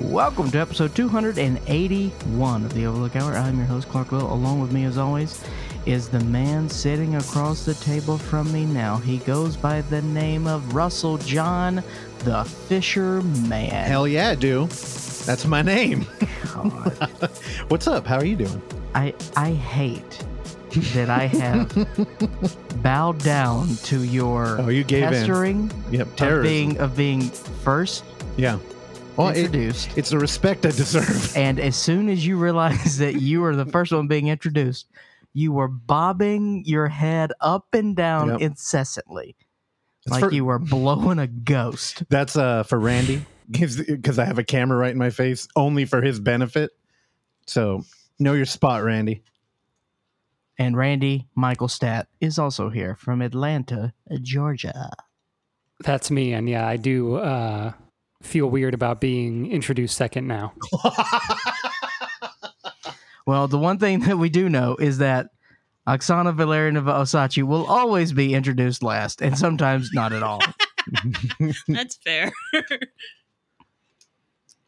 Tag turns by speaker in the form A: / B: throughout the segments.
A: Welcome to episode 281 of the Overlook Hour. I'm your host, Clark Will. Along with me, as always, is the man sitting across the table from me now. He goes by the name of Russell John the Fisherman.
B: Hell yeah, I do. That's my name.
A: God.
B: What's up? How are you doing?
A: I, I hate that I have bowed down to your
B: Oh, you gave in.
A: pestering
B: Yep,
A: of
B: terrorism.
A: being, of being first
B: yeah. Well, it-
A: introduced.
B: it's the respect I deserve.
A: And as soon as you realize that you were the first one being introduced, you were bobbing your head up and down
B: Yep.
A: incessantly,
B: It's
A: like
B: for-
A: you were blowing a ghost.
B: That's uh for Randy because I have a camera right in my face, only for his benefit. So know your spot, Randy.
A: And Randy Michael Stat is also here from Atlanta, Georgia.
C: That's me, and yeah, I do uh, feel weird about being introduced second now.
A: Well, the one thing that we do know is that Oksana Valerievna Osachi will always be introduced last, and sometimes not at all.
D: That's fair.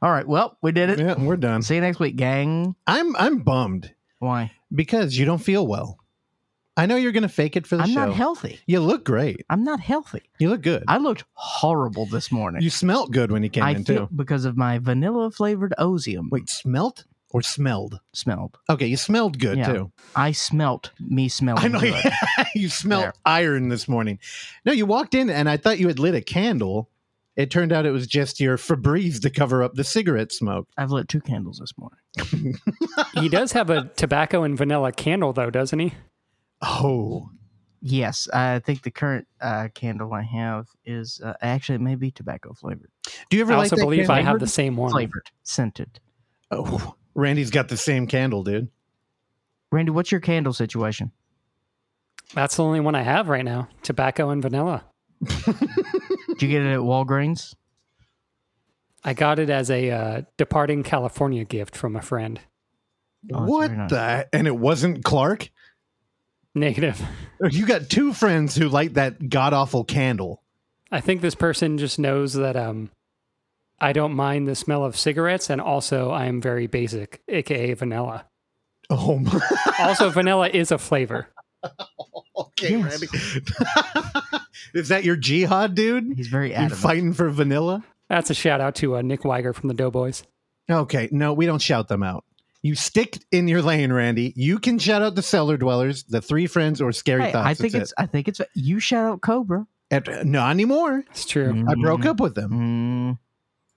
A: all right, well, we did it.
B: yeah, we're done.
A: See you next week, gang.
B: I'm I'm bummed
A: Why?
B: because you don't feel well. I know you're gonna fake it for the
A: I'm
B: show.
A: not healthy.
B: you look great.
A: I'm not healthy.
B: You look good.
A: I looked horrible this morning.
B: you smelt good when you came
A: I
B: in
A: feel
B: too.
A: because of my vanilla flavored osium
B: Wait, smelt or smelled?
A: smelled.
B: Okay, you smelled good
A: Yeah.
B: too.
A: I smelt me smelling.
B: I know
A: good.
B: you smell
A: There.
B: iron this morning. No, you walked in and I thought you had lit a candle. It turned out it was just your Febreze to cover up the cigarette smoke.
A: I've lit two candles this morning.
C: He does have a tobacco and vanilla candle, though, doesn't he?
B: Oh,
A: Yes, I think the current uh, candle I have is uh, actually it may be tobacco flavored,
B: do you ever
C: I
B: light
C: also
B: that
C: believe I
B: candle?
C: have the same one.
A: flavored, scented.
B: Oh, Randy's got the same candle, dude.
A: Randy, what's your candle situation?
C: That's the only one I have right now: tobacco and vanilla.
A: Did you get it at Walgreens?
C: I got it as a uh, departing California gift from a friend.
A: Oh, that's
B: what
A: very nice.
B: the? And it wasn't Clark.
C: Negative.
B: You got two friends who light that god awful candle.
C: I think this person just knows that um, I don't mind the smell of cigarettes, and also I am very basic, aka vanilla.
B: Oh my.
C: Also, vanilla is a flavor.
B: Okay,
A: Yes.
B: Randy. Is that your jihad, dude?
A: He's very
B: You
A: adamant.
B: fighting for vanilla?
C: That's a shout out to uh, Nick Weiger from the Doughboys.
B: Okay, no, we don't shout them out. You stick in your lane, Randy. You can shout out the cellar dwellers, the three friends, or scary
A: Hey,
B: thoughts.
A: I think
B: That's
A: it's. I think it's. You shout out Cobra.
B: it. And- uh, not anymore.
C: It's true.
B: I
A: Mm-hmm.
B: broke up with them.
A: Mm,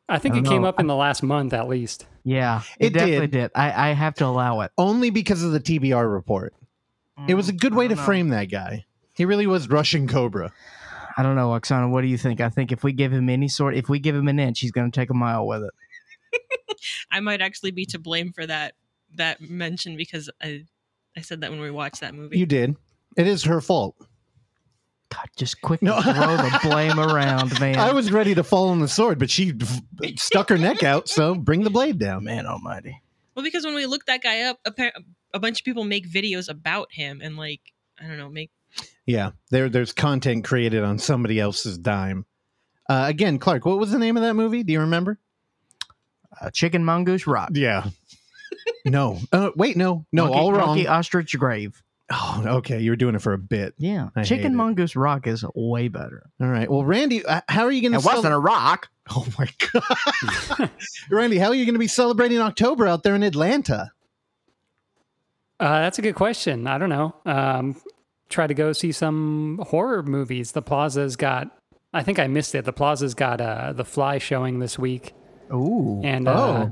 C: I think
A: I
C: it
A: don't
C: came
A: know.
C: up in the last month at least.
A: yeah, it,
B: It
A: definitely did.
B: did.
A: I, I have to allow it.
B: Only because of the TBR report. It was a good
A: Mm, Mm-hmm. I
B: way to
A: don't know.
B: frame that guy. He really was Russian Cobra.
A: I don't know, Oksana. What do you think? I think if we give him any sort, if we give him an inch, he's going to take a mile with it.
D: I might actually be to blame for that that mention because I I said that when we watched that movie.
B: You did. It is her fault.
A: God, just quickly
B: No.
A: throw the blame around, man.
B: I was ready to fall on the sword, but she f- stuck her neck out, so bring the blade down.
A: Oh, man almighty.
D: well, because when we looked that guy up, appa- a bunch of people make videos about him and like I don't know, make
B: Yeah, there, there's content created on somebody else's dime. Uh, again, Clark, what was the name of that movie? Do you remember?
A: Uh, chicken mongoose rock.
B: Yeah. no. Uh, wait, no. No,
A: Monkey-
B: all wrong.
A: Monkey ostrich grave.
B: Oh, okay. You were doing it for a bit.
A: Yeah,
B: I hate
A: chicken
B: it.
A: mongoose rock is way better.
B: All right. Well, Randy, uh, how are you going to
A: It wasn't a rock.
B: Oh my god. Randy, how are you going to be celebrating October out there in Atlanta?
C: Uh, that's a good question. I don't know. Um, try to go see some horror movies. The Plaza's got. I think I missed it. The Plaza's got uh, the Fly showing this week,
A: Ooh,
C: and
B: Oh.
C: uh,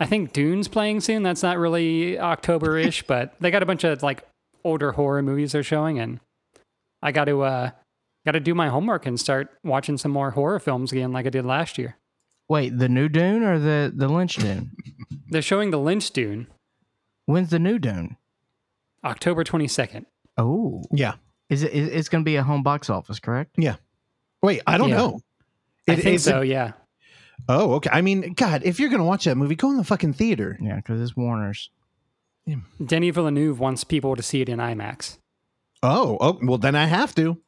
C: I think Dune's playing soon. That's not really October-ish, but they got a bunch of like older horror movies they're showing, and I got to uh, got to do my homework and start watching some more horror films again, like I did last year.
A: wait, the new Dune or the the Lynch Dune?
C: They're showing the Lynch Dune
A: When's the new Dune?
C: October twenty second.
A: Oh,
B: Yeah.
A: is it? Is, it's going to be a home box office, correct?
B: Wait, I don't
C: Yeah.
B: know.
C: I
B: It-
C: think
B: it's a-
C: so. yeah.
B: oh, okay. I mean, God, if you're going to watch that movie, go in the fucking theater.
A: Yeah, because it's Warner's.
C: Denny Villeneuve wants people to see it in IMAX.
B: Oh, oh, well, then I have to.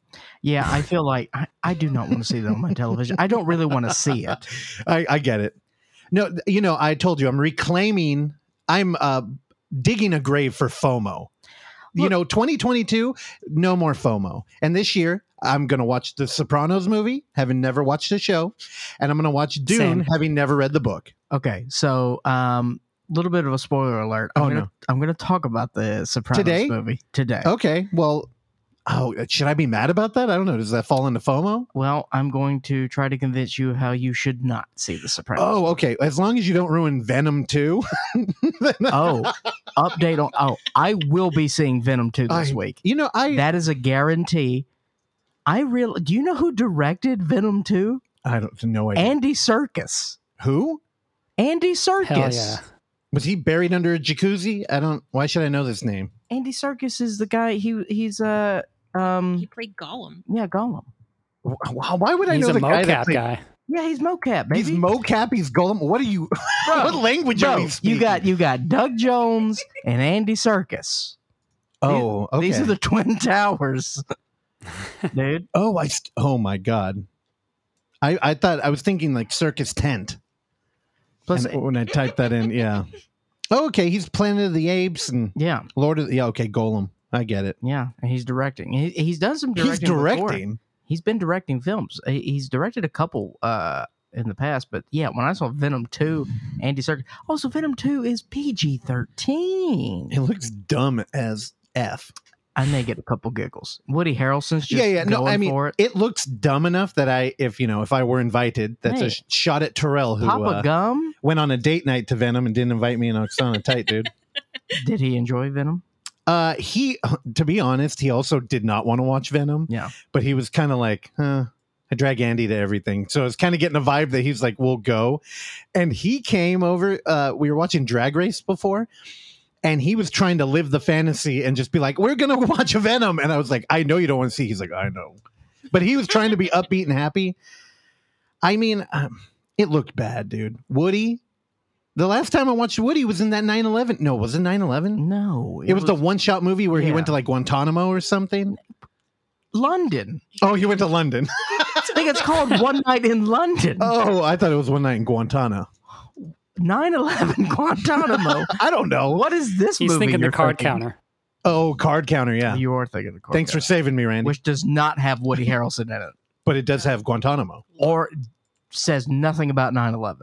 A: Yeah, I feel like I, I do not want to see that on my television. I don't really want to see it.
B: I, I get it. No, th- you know, I told you I'm reclaiming. I'm uh, digging a grave for FOMO. you
A: Look-
B: know, 2022, no more FOMO. And this year, I'm gonna watch the Sopranos movie, having never watched the show, and I'm gonna watch Dune,
A: Same.
B: having never read the book.
A: Okay, so um, little bit of a spoiler alert. I'm
B: Oh,
A: gonna,
B: no.
A: I'm going to talk about the Sopranos
B: Today?
A: movie today.
B: Okay, well, oh, should I be mad about that? I don't know. Does that fall into FOMO?
A: Well, I'm going to try to convince you how you should not see the Sopranos.
B: Oh, okay. As long as you don't ruin Venom 2. then uh,
A: oh, update on. Oh, I will be seeing Venom two this
B: I-
A: week.
B: you know, I
A: That is a guarantee. I real. Do you know who directed Venom two?
B: I don't know idea.
A: Andy Circus.
B: who
A: Andy
C: Hell
A: Circus.
C: yeah.
B: was he buried under a jacuzzi? I don't. Why should I know this name?
A: Andy Circus is the guy. He he's uh
D: He
A: um
B: Mm.
D: played Gollum.
A: yeah Gollum.
B: Wh- wh- Why would I
C: He's
B: know
C: a
B: the guy? that
C: mocap
B: played-
C: guy.
A: Yeah, he's mocap. Baby.
B: He's mocap. He's golem. What are you? what language
A: Bro,
B: are you speaking?
A: you got you got Doug Jones and Andy Circus.
B: Oh, okay.
A: These are the Twin Towers, dude.
B: Oh, I. St- oh my god. I I thought I was thinking like circus tent.
A: Plus,
B: And when I typed that in, yeah. Oh, okay. He's Planet of the Apes and
A: yeah,
B: Lord of the. Yeah, okay. Golem. I get it.
A: yeah, and he's directing. He, he's done some directing.
B: He's
A: before.
B: directing.
A: He's been directing films. He- He's directed a couple uh, in the past, but yeah, when I saw Venom two, Andy Circus. Also, Venom two is PG thirteen.
B: It looks dumb as f.
A: I may get a couple giggles. Woody Harrelson's just
B: yeah, yeah.
A: going
B: No, I mean
A: for it.
B: looks dumb enough that I, if you know, if I were invited, that's
A: Hey.
B: a sh- shot at Terrell who
A: Papa
B: uh,
A: Gum,
B: went on a date night to Venom and didn't invite me and Oksana tight, dude.
A: did he enjoy Venom?
B: Uh, he, to be honest, he also did not want to watch Venom.
A: Yeah.
B: but he was kind of like, huh. I drag Andy to everything, so I was kind of getting a vibe that he's like, "We'll go," and he came over. Uh, we were watching Drag Race before. And he was trying to live the fantasy and just be like, "We're gonna watch Venom," and I was like, "I know you don't want to see." He's like, "I know," but he was trying to be upbeat and happy. I mean, um, it looked bad, dude. Woody. The last time I watched Woody was in that 9/11. No, was it 9/11?
A: No,
B: It was the one-shot movie where he
A: Yeah.
B: went to like Guantanamo or something.
A: London.
B: Oh, he went to London.
A: I think it's called One Night in London.
B: Oh, I thought it was one night in Guantanamo.
A: 9-11 Guantanamo.
B: I don't know.
A: What is this
C: He's
A: movie
C: thinking the
A: you're
C: card
A: thinking?
C: counter.
B: Oh, card counter. Yeah.
A: You are thinking the card
B: Thanks for
A: counter.
B: saving me, Randy.
A: Which does not have Woody Harrelson in it.
B: but it does have Guantanamo.
A: Or says nothing about 9-11.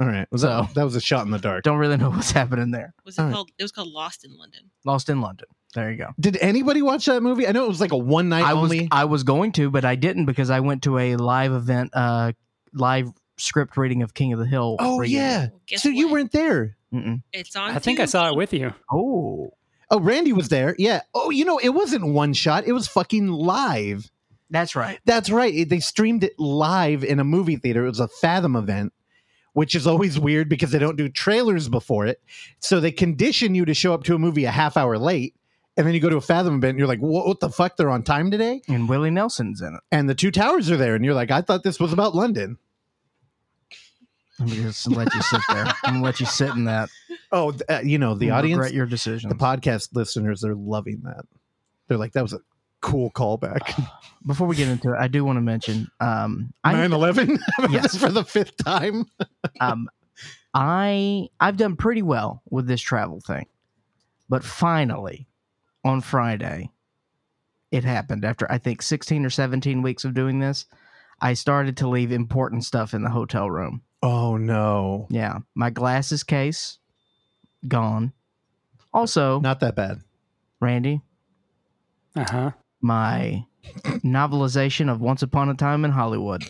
B: All right. Was
A: So-
B: that, that was a shot in the dark.
A: Don't really know what's happening there.
D: Was it
B: Alright.
D: called? It was called Lost in London.
A: Lost in London. There you go.
B: Did anybody watch that movie? I know it was like a one night
A: I was
B: only.
A: I was going to, but I didn't because I went to a live event, uh live script reading of King of the Hill.
B: oh, yeah.
D: Well, guess
B: So you
D: what?
B: weren't there.
A: Mm-mm.
D: It's on.
C: I think I saw it with you.
A: Oh.
B: Oh, Randy was there. Yeah. Oh, you know, it wasn't one shot. It was fucking live.
A: That's right.
B: That's right. It- they streamed it live in a movie theater. It was a Fathom event, which is always weird because they don't do trailers before it. So they condition you to show up to a movie a half hour late. And then you go to a Fathom event and you're like, what, what the fuck? They're on time today?
A: And Willie Nelson's in it.
B: And the two towers are there. And you're like, I thought this was about London.
A: I'm gonna just let you sit there. I'm gonna let you sit in that.
B: Oh, th- uh, you know, the
A: and
B: audience,
A: regret your decision.
B: the podcast listeners, they're loving that. They're like, that was a cool callback.
A: Before we get into it, I do want to mention um, I
B: 9 11
A: Yes.
B: for the fifth time.
A: um, I I've done pretty well with this travel thing, but finally, on Friday, it happened. After I think sixteen or seventeen weeks of doing this, I started to leave important stuff in the hotel room.
B: Oh, no.
A: Yeah, my glasses case gone. Also,
B: Not that bad.
A: Randy,
C: Uh huh.
A: my novelization of Once Upon a Time in Hollywood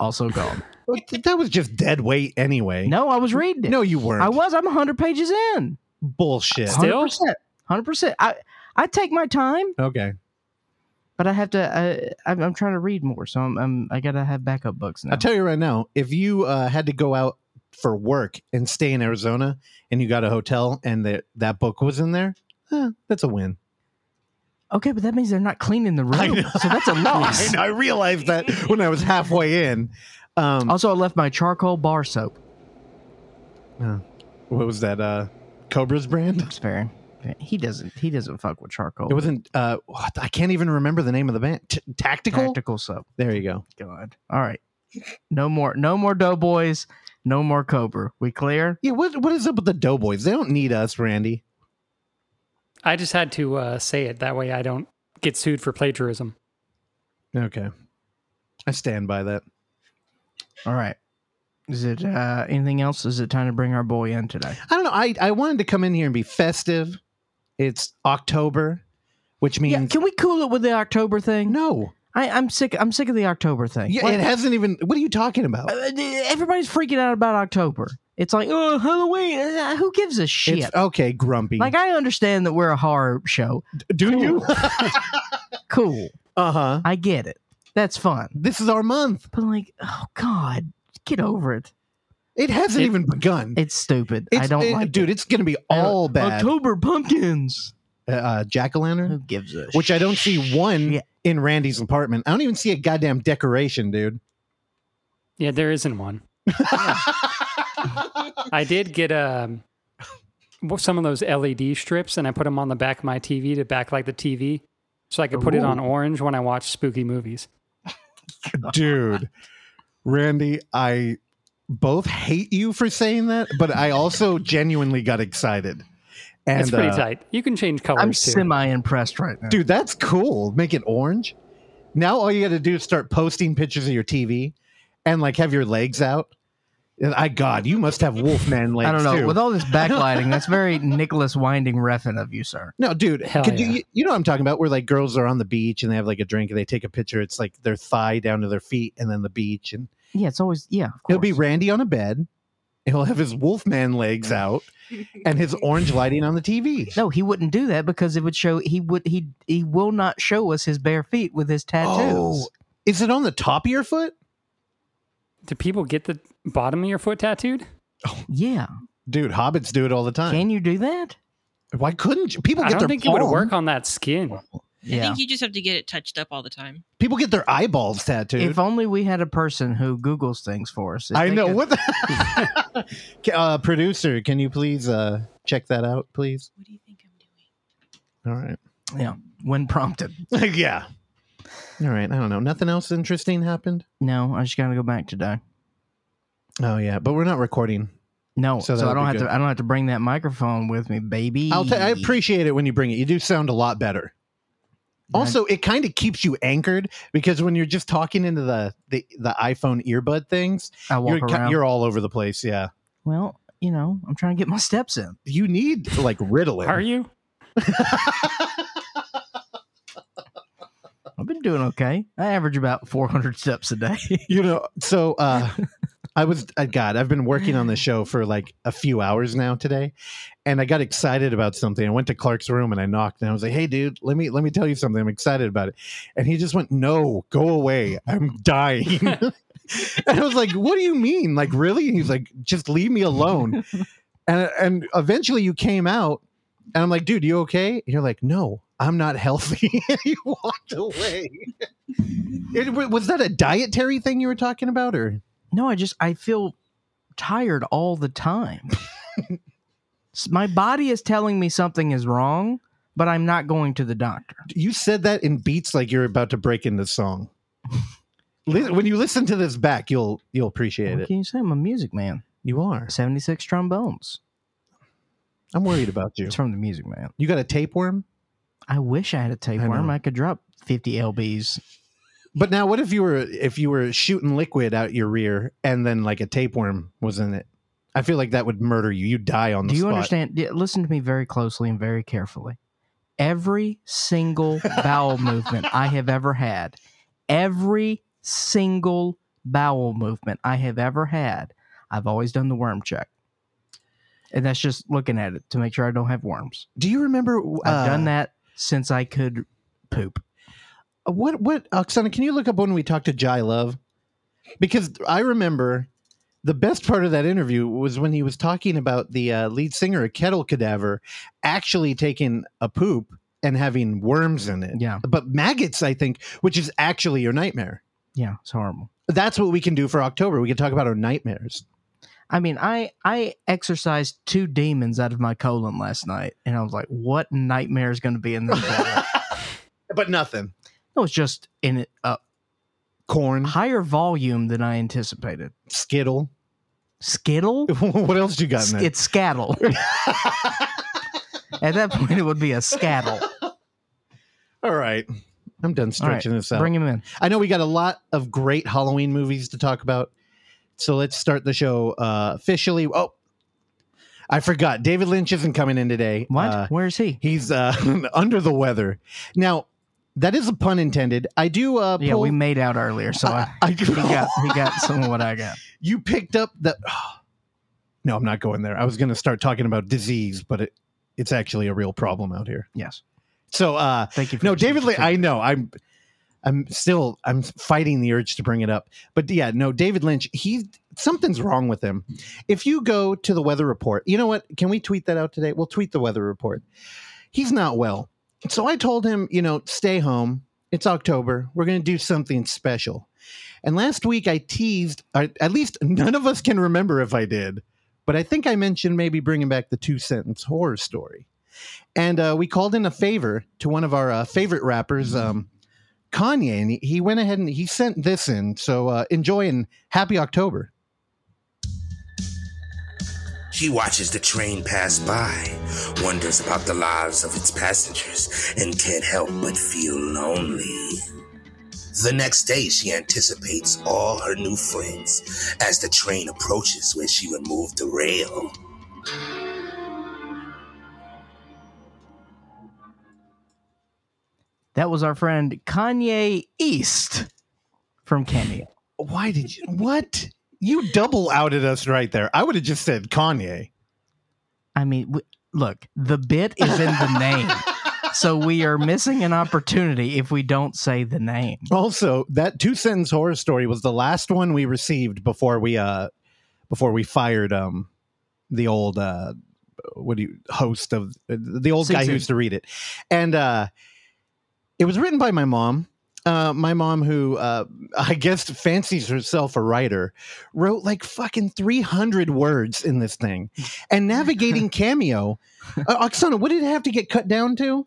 A: also gone.
B: Well, th- that was just dead weight anyway.
A: No, I was reading it.
B: no, you weren't.
A: I was. I'm 100 pages in.
B: Bullshit.
C: Still?
A: 100%. 100%. I, I take my time,
B: Okay.
A: but I have to. Uh, I'm, I'm trying to read more, so I'm, I'm I gotta have backup books now.
B: I'll tell you right now if you uh, had to go out for work and stay in Arizona and you got a hotel and that that book was in there, eh, that's a win.
A: okay, but that means they're not cleaning the
B: I
A: room,
B: know.
A: so that's a
B: I,
A: loss.
B: know, I realized that when I was halfway in. Um,
A: Also, I left my charcoal bar soap.
B: what was that? Uh, Cobra's brand?
A: It's very. He doesn't. He doesn't fuck with charcoal.
B: It wasn't. Uh, what- I can't even remember the name of the band. T- tactical?
A: tactical soap.
B: There you go.
A: God. All right. No more. No more doughboys. No more Cobra. We clear?
B: Yeah, what what is up with the Doughboys? They don't need us, Randy.
C: I just had to uh, say it that way. I don't get sued for plagiarism.
B: Okay, I stand by that.
A: All right. Is it uh, anything else? Is it time to bring our boy in today?
B: I don't know. I I wanted to come in here and be festive. It's October, which
A: Yeah.
B: means
A: Can we cool it with the October thing?
B: no.
A: I, I'm sick. I'm sick of the October thing.
B: Yeah,
A: What-
B: it hasn't even. What are you talking about?
A: Uh, everybody's freaking out about October. It's like, oh, Halloween. Uh, Who gives a shit?
B: It's okay, grumpy.
A: Like I understand that we're a horror show.
B: do you?
A: Cool.
B: uh huh.
A: I get it. That's fun.
B: This is our month.
A: But like, oh god, get over it.
B: It hasn't
C: It-
B: even begun.
A: It's stupid. I
B: It's-
A: don't
B: it-
A: like it.
B: dude. It's gonna be
A: I don't-
B: all bad.
A: October pumpkins.
B: Uh, Jack o' lantern,
A: Who gives a
B: which I don't see one
A: shit?
B: in Randy's apartment. I don't even see a goddamn decoration, dude.
C: Yeah, there isn't one. I did get um, w- some of those LED strips, and I put them on the back of my TV to backlight the TV, so I could put it
A: Ooh.
C: on orange when I watch spooky movies.
B: dude randy i both hate you for saying that but i also genuinely got excited and
C: it's pretty
B: uh,
C: tight. You can change colors
A: I'm
C: too.
A: semi impressed right now.
B: dude that's cool make it orange now all you gotta do is start posting pictures of your tv and like have your legs out And i god you must have wolfman legs
A: I don't know.
B: too.
A: With all this backlighting, that's very Nicholas Winding Refn of you, sir.
B: no dude
C: Hell
B: could you-
C: yeah.
B: you, you know what i'm talking about where like girls are on the beach and they have like a drink and they take a picture it's like their thigh down to their feet and then the beach and
A: Yeah, it's always yeah. Of
B: He'll be
A: course.
B: Randy on a bed. and He'll have his Wolfman legs out and his orange lighting on the TV.
A: No, he wouldn't do that because it would show he would he he will not show us his bare feet with his tattoos.
B: Oh, is it on the top of your foot?
C: Do people get the bottom of your foot tattooed?
A: Yeah.
B: Dude, hobbits do it all the time.
A: Can you do that?
B: Why couldn't you? people
C: I
B: get
C: don't
B: their
C: think it would
B: palm-
C: work on that skin.
D: I
A: Yeah.
D: think you just have to get it touched up all the time.
B: People get their eyeballs tattooed.
A: If only we had a person who Googles things for us. If
B: I
A: they
B: know
A: could-
B: what the- uh producer, can you please uh check that out, please?
D: What do you think I'm doing?
B: All right.
A: Yeah. When prompted.
B: yeah. All right, I don't know. Nothing else interesting happened?
A: No, I just gotta go back today.
B: Oh yeah, but we're not recording.
A: No,
B: So
A: so,
B: that'll
A: I don't
B: be
A: have
B: good.
A: to. I don't have to bring that microphone with me, baby.
B: I'll t- I appreciate it when you bring it. You do sound a lot better. Also, it kind of keeps you anchored because when you're just talking into the the, the iPhone earbud things,
A: I, I walk
B: you're, ki-
A: around.
B: you're all over the place. Yeah,
A: well, you know, I'm trying to get my steps in.
B: you need like Ritalin.
C: Are you?
A: I've been doing okay. I average about 400 steps a day.
B: you know, so uh, I was. Uh, God, I've been working on this show for like a few hours now today, and I got excited about something. I went to Clark's room and I knocked, and I was like, "Hey, dude, let me let me tell you something. I'm excited about it." And he just went, "No, go away. I'm dying." and I was like, "What do you mean? Like, really?" And he's like, "Just leave me alone." and and eventually, you came out, and I'm like, "Dude, you okay?" And you're like, "No." I'm not healthy. And you walked away. It, was that a dietary thing you were talking about, or
A: No, I just I feel tired all the time. S- My body is telling me something is wrong, but I'm not going to the doctor.
B: you said that in beats like you're about to break into song. Li- when you listen to this back, you'll you'll appreciate
A: What
B: it.
A: can you say? I'm a music man.
B: You are.
A: 76 trombones.
B: I'm worried about you.
A: It's from the music man.
B: You got a tapeworm,
A: I wish I had a tapeworm.
B: know.
A: I, could drop 50 lbs.
B: but now what if you were if you were shooting liquid out your rear and then like a tapeworm was in it? I feel like that would murder you. You die on the
A: Do you
B: spot.
A: understand? D- Listen to me very closely and very carefully. Every single bowel movement I have ever had, every single bowel movement I have ever had, I've always done the worm check. And that's just looking at it to make sure I don't have worms.
B: Do you remember?
A: I've
B: uh,
A: done that since I could poop.
B: What what Oksana, can you look up when we talked to Jai Love? Because I remember the best part of that interview was when he was talking about the uh, lead singer of Kettle Cadaver actually taking a poop and having worms in it.
A: Yeah.
B: But maggots, I think, which is actually your nightmare.
A: Yeah, it's horrible.
B: That's what we can do for October. We can talk about our nightmares.
A: I mean, I I exercised two demons out of my colon last night, and I was like, "What nightmare is going to be in this?" bowel?"
B: but nothing.
A: it uh, was just in a
B: Corn, Mm-hmm.
A: higher volume than I anticipated.
B: Skittle.
A: skittle.
B: what else you got in there?
A: It's scattle. At that point, it would be a scattle.
B: All right. I'm done
A: All right,
B: stretching this out.
A: bring him in.
B: I know we got a lot of great Halloween movies to talk about. So let's start the show uh, officially. Oh, I forgot. David Lynch isn't coming in today.
A: What?
B: Uh,
A: Where is he?
B: he's uh, under the weather. Now, that is a pun intended. I do. Uh,
A: Yeah,
B: pull-
A: we made out earlier, so I,
B: I do.
A: he got he got some of what I got.
B: you picked up the. no, I'm not going there. I was going to start talking about disease, but it, it's actually a real problem out here.
A: Yes,
B: So, uh,
A: thank you. For
B: no
A: your
B: david lynch
A: sympathy.
B: i know i'm i'm still i'm fighting the urge to bring it up but yeah no david lynch he something's wrong with him if you go to the weather report you know what can we tweet that out today we'll tweet the weather report he's not well so i told him you know stay home it's october we're going to do something special and last week i teased or at least none of us can remember if i did but i think i mentioned maybe bringing back the two sentence horror story and uh, we called in a favor to one of our uh, favorite rappers, um, Kanye, and he- he went ahead and he sent this in. So uh, enjoy and happy October.
E: She watches the train pass by, wonders about the lives of its passengers, and can't help but feel lonely. The next day, she anticipates all her new friends as the train approaches where she would move the rail.
A: that was our friend Kanye East from Kenya.
B: Why did you? What? You double outed us right there. I would have just said Kanye.
A: I mean, w look, the bit is in the name, so we are missing an opportunity if we don't say the name.
B: Also, that two sentence horror story was the last one we received before we uh before we fired um the old uh what do you host of uh, the old guy
A: Susan.
B: who used to read it. And uh it was written by my mom. Uh, my mom, who uh, I guess fancies herself a writer, wrote like fucking 300 words in this thing. And navigating Cameo, uh, Oksana, what did it have to get cut down to?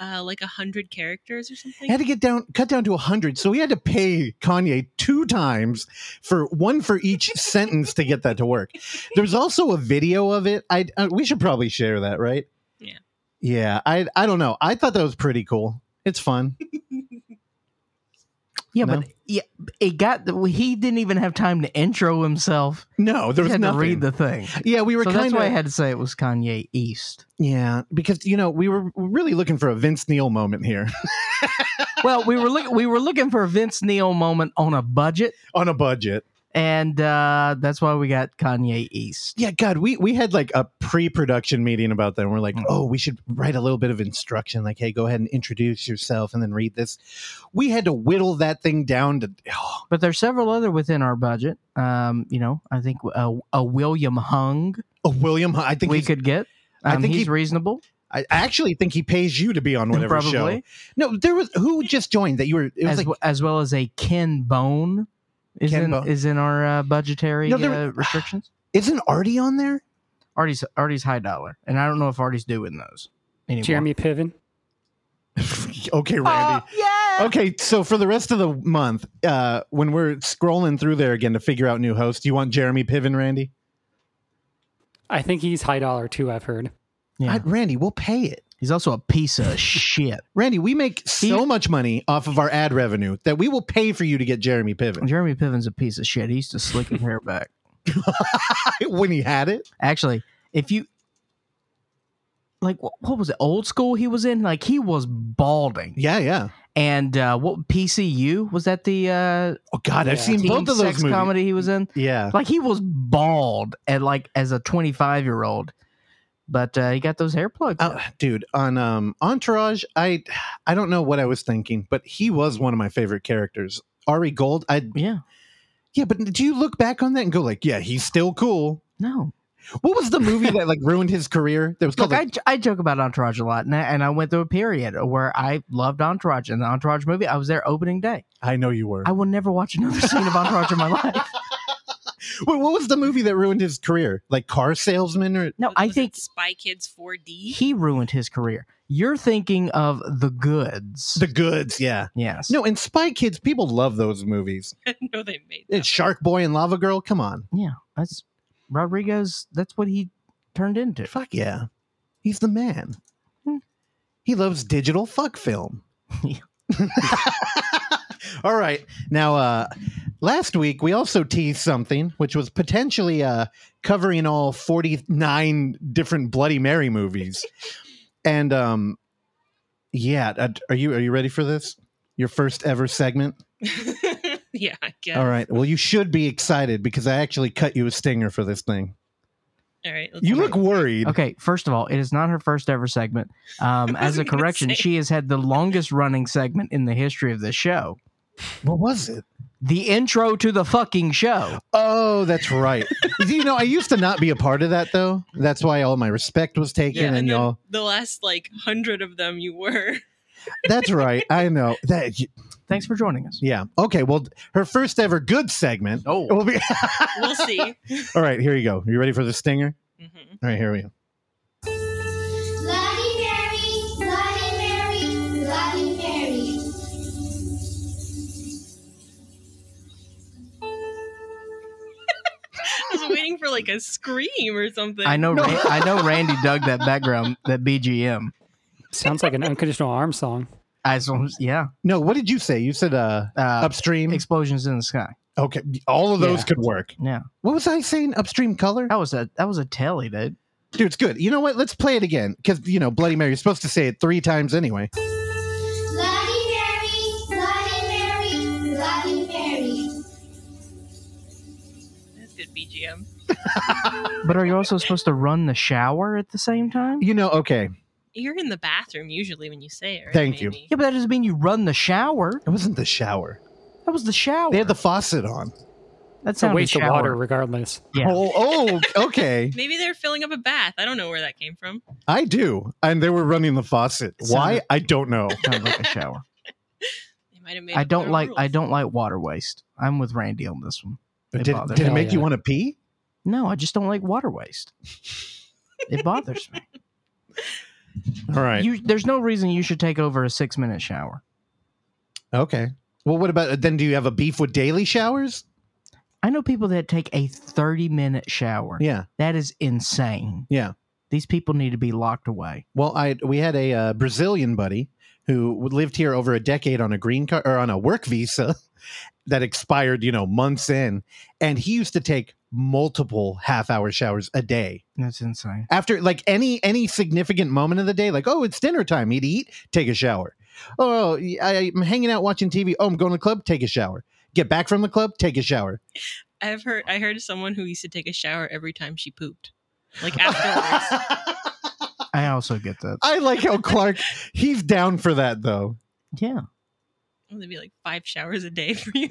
D: Uh, like a hundred characters or something.
B: It had to get down cut down to 100 so we had to pay kanye two times for one for each sentence to get that to work there's also a video of it i uh, we should probably share that right
D: Yeah.
B: yeah i i don't know i thought that was pretty cool it's fun
A: Yeah,
B: No?
A: but yeah, it got he didn't even have time to intro himself.
B: no there
A: he
B: was
A: had
B: nothing
A: to read the thing.
B: yeah we were
A: so that's
B: kind
A: why I
B: of
A: had to say it was Kanye East.
B: yeah because you know we were really looking for a vince neil moment here
A: Well, we were look, we were looking for a Vince Neil moment on a budget,
B: on a budget
A: and uh, that's why we got Kanye East.
B: yeah god we we had like a pre-production meeting about that and we're like
A: Mm.
B: oh we should write a little bit of instruction like hey go ahead and introduce yourself and then read this we had to whittle that thing down to oh,
A: But there's several other within our budget. Um, you know, I think a, a William Hung
B: oh, william i think
A: we
B: he's-
A: could get.
B: I
A: Um,
B: think
A: he's
B: he-
A: reasonable.
B: I, I actually think he pays you to be on whatever
A: probably,
B: show no there was who just joined that you were it was
A: as,
B: like
A: w- as well as a Ken Bone is
B: Ken
A: in
B: Bone.
A: is in our uh, budgetary
B: No, there-
A: uh, restrictions.
B: isn't artie on there
A: Artie's Artie's high dollar, and I don't know if Artie's doing those anymore.
C: Jeremy Piven.
B: okay randy okay so for the rest of the month uh when we're scrolling through there again to figure out new hosts you want jeremy piven randy
C: I think he's high dollar too. I've heard.
A: Yeah.
B: I- randy we'll pay it
A: He's also a piece of shit.
B: Randy, we make so
A: He-
B: much money off of our ad revenue that we will pay for you to get Jeremy Piven
A: Jeremy Piven's a piece of shit. He used to slick his hair back.
B: when he had it.
A: Actually, if you like, wh- what was it? Old school. He was in like he was balding.
B: Yeah, yeah.
A: And uh, what PCU was that? The uh,
B: Oh God, I've
C: Yeah.
B: seen
A: teen
B: both of those
A: sex
B: movies.
A: comedy he was in.
B: Yeah,
A: like he was bald at like as a 25 year old but uh, he got those hair plugs
B: Oh, dude. On um, Entourage, I I don't know what I was thinking, but he was one of my favorite characters. Ari Gold. I
A: yeah
B: yeah, but do you look back on that and go like, yeah, he's still cool?
A: no
B: What was the movie that like ruined his career? That was called
A: look I,
B: like,
A: j- I joke about entourage a lot and I, and I went through a period where i loved entourage and the entourage movie i was there opening day
B: I know you were.
A: i will never watch another scene of entourage in my life
B: Wait, what was the movie that ruined his career? Like car salesman or
A: No,
D: Was
A: I
D: it
A: think
D: Spy Kids 4D.
A: he ruined his career. You're thinking of The Goods.
B: the goods? Yeah.
A: yes.
B: No, and Spy Kids, people love those movies.
D: no, they made that.
B: It's Shark Boy and Lava Girl. Come on,
A: Yeah. That's Rodriguez. That's what he turned into.
B: fuck yeah, he's the man.
A: Hmm.
B: He loves digital fuck film.
A: Yeah.
B: All right, now uh, last week we also teased something which was potentially uh, covering all forty nine different Bloody Mary movies, and um, yeah, uh, are you are you ready for this? Your first ever segment.
D: yeah, I guess.
B: All right. Well, you should be excited because I actually cut you a stinger for this thing.
D: All right, let's
B: You
D: see.
B: look worried.
A: Okay, first of all, it is not her first ever segment. Um, as a
D: wasn't gonna
A: correction,
D: say.
A: she has had the longest running segment in the history of the show.
B: What was it?
A: The intro to the fucking show.
B: Oh, that's right. you know, I used to not be a part of that though. That's why all my respect was taken
D: Yeah,
B: and,
D: and then
B: y'all.
D: the last like hundred of them you were.
B: That's right. I know. That
A: Thanks for joining us.
B: yeah. Okay, well, her first ever good segment.
A: Oh.
B: Will be
D: We'll see.
B: All right, here you go. You ready for the stinger?
D: Mhm.
B: All right, here we go.
F: Bloody Mary, Bloody Mary, Bloody Mary.
D: I was waiting for like a scream or something.
A: I know. Ra- I know. Randy dug that background, that BGM.
C: Sounds like an unconditional arms song.
A: I s- yeah.
B: No, what did you say? You said uh
A: Uh,
B: upstream.
A: explosions in the sky.
B: okay. All of those
A: Yeah.
B: could work.
A: Yeah, Oh,
B: What was I saying? Upstream color?
A: that was a that was a telly, dude.
B: Dude, it's good. You know what? Let's play it again cuz you know, Bloody Mary you're supposed to say it 3 times anyway.
F: Bloody Mary, Bloody Mary, Bloody Mary.
D: That's good BGM.
A: But are you also supposed to run the shower at the same time?
B: You know, okay.
D: You're in the bathroom usually when you say it. Right?
B: Thank you.
D: Maybe.
A: Yeah, but that doesn't mean you run the shower.
B: It wasn't the shower.
A: That was the shower.
B: They had the faucet on.
A: that
C: It's a
A: sounded
C: waste
A: shower.
C: of water, regardless.
A: Yeah.
B: Oh, oh, okay.
D: Maybe they're filling up a bath. I don't know where that came from.
B: I do. And they were running the faucet.
A: It
B: Why?
A: sounded-
B: I don't know.
A: Sounded like a shower.
D: They might have made.
A: I
D: up
A: don't
D: their
A: like
D: rules.
A: I don't like water waste. I'm with Randy on this one. It
B: Did, did
A: bothers
B: it
C: me.
B: make you
C: Yeah.
B: want to pee?
A: No, I just don't like water waste. It bothers me.
B: All right.
A: You, there's no reason you should take over a six minute shower.
B: okay. Well, what about then? Do you have a beef with daily showers?
A: I know people that take a 30 minute shower.
B: Yeah.
A: That is insane.
B: Yeah.
A: These people need to be locked away.
B: Well, I we had a uh, Brazilian buddy who lived here over a decade on a green card or on a work visa that expired, you know, months in, and he used to take multiple half-hour showers a day.
A: That's insane.
B: after like any any significant moment of the day like oh it's dinner time he'd eat take a shower oh I, i'm hanging out watching tv oh i'm going to the club take a shower get back from the club take a shower
D: I've heard. I heard someone who used to take a shower every time she pooped. Like afterwards.
A: I also get that.
B: i like how clark he's down for that though
A: Yeah.
D: It'd be like five showers a day for you.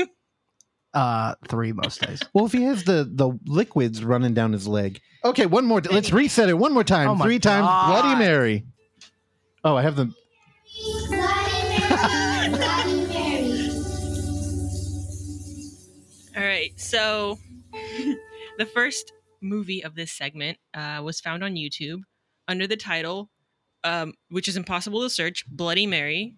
A: Uh, three most days.
B: well if he has the the liquids running down his leg okay one more let's reset it one more time
A: Oh
B: Three
A: my
B: times
A: God.
B: bloody mary oh i have the
F: Bloody Mary, Bloody Mary.
D: All right. So the first movie of this segment uh, was found on YouTube under the title, um, which is impossible to search, Bloody Mary.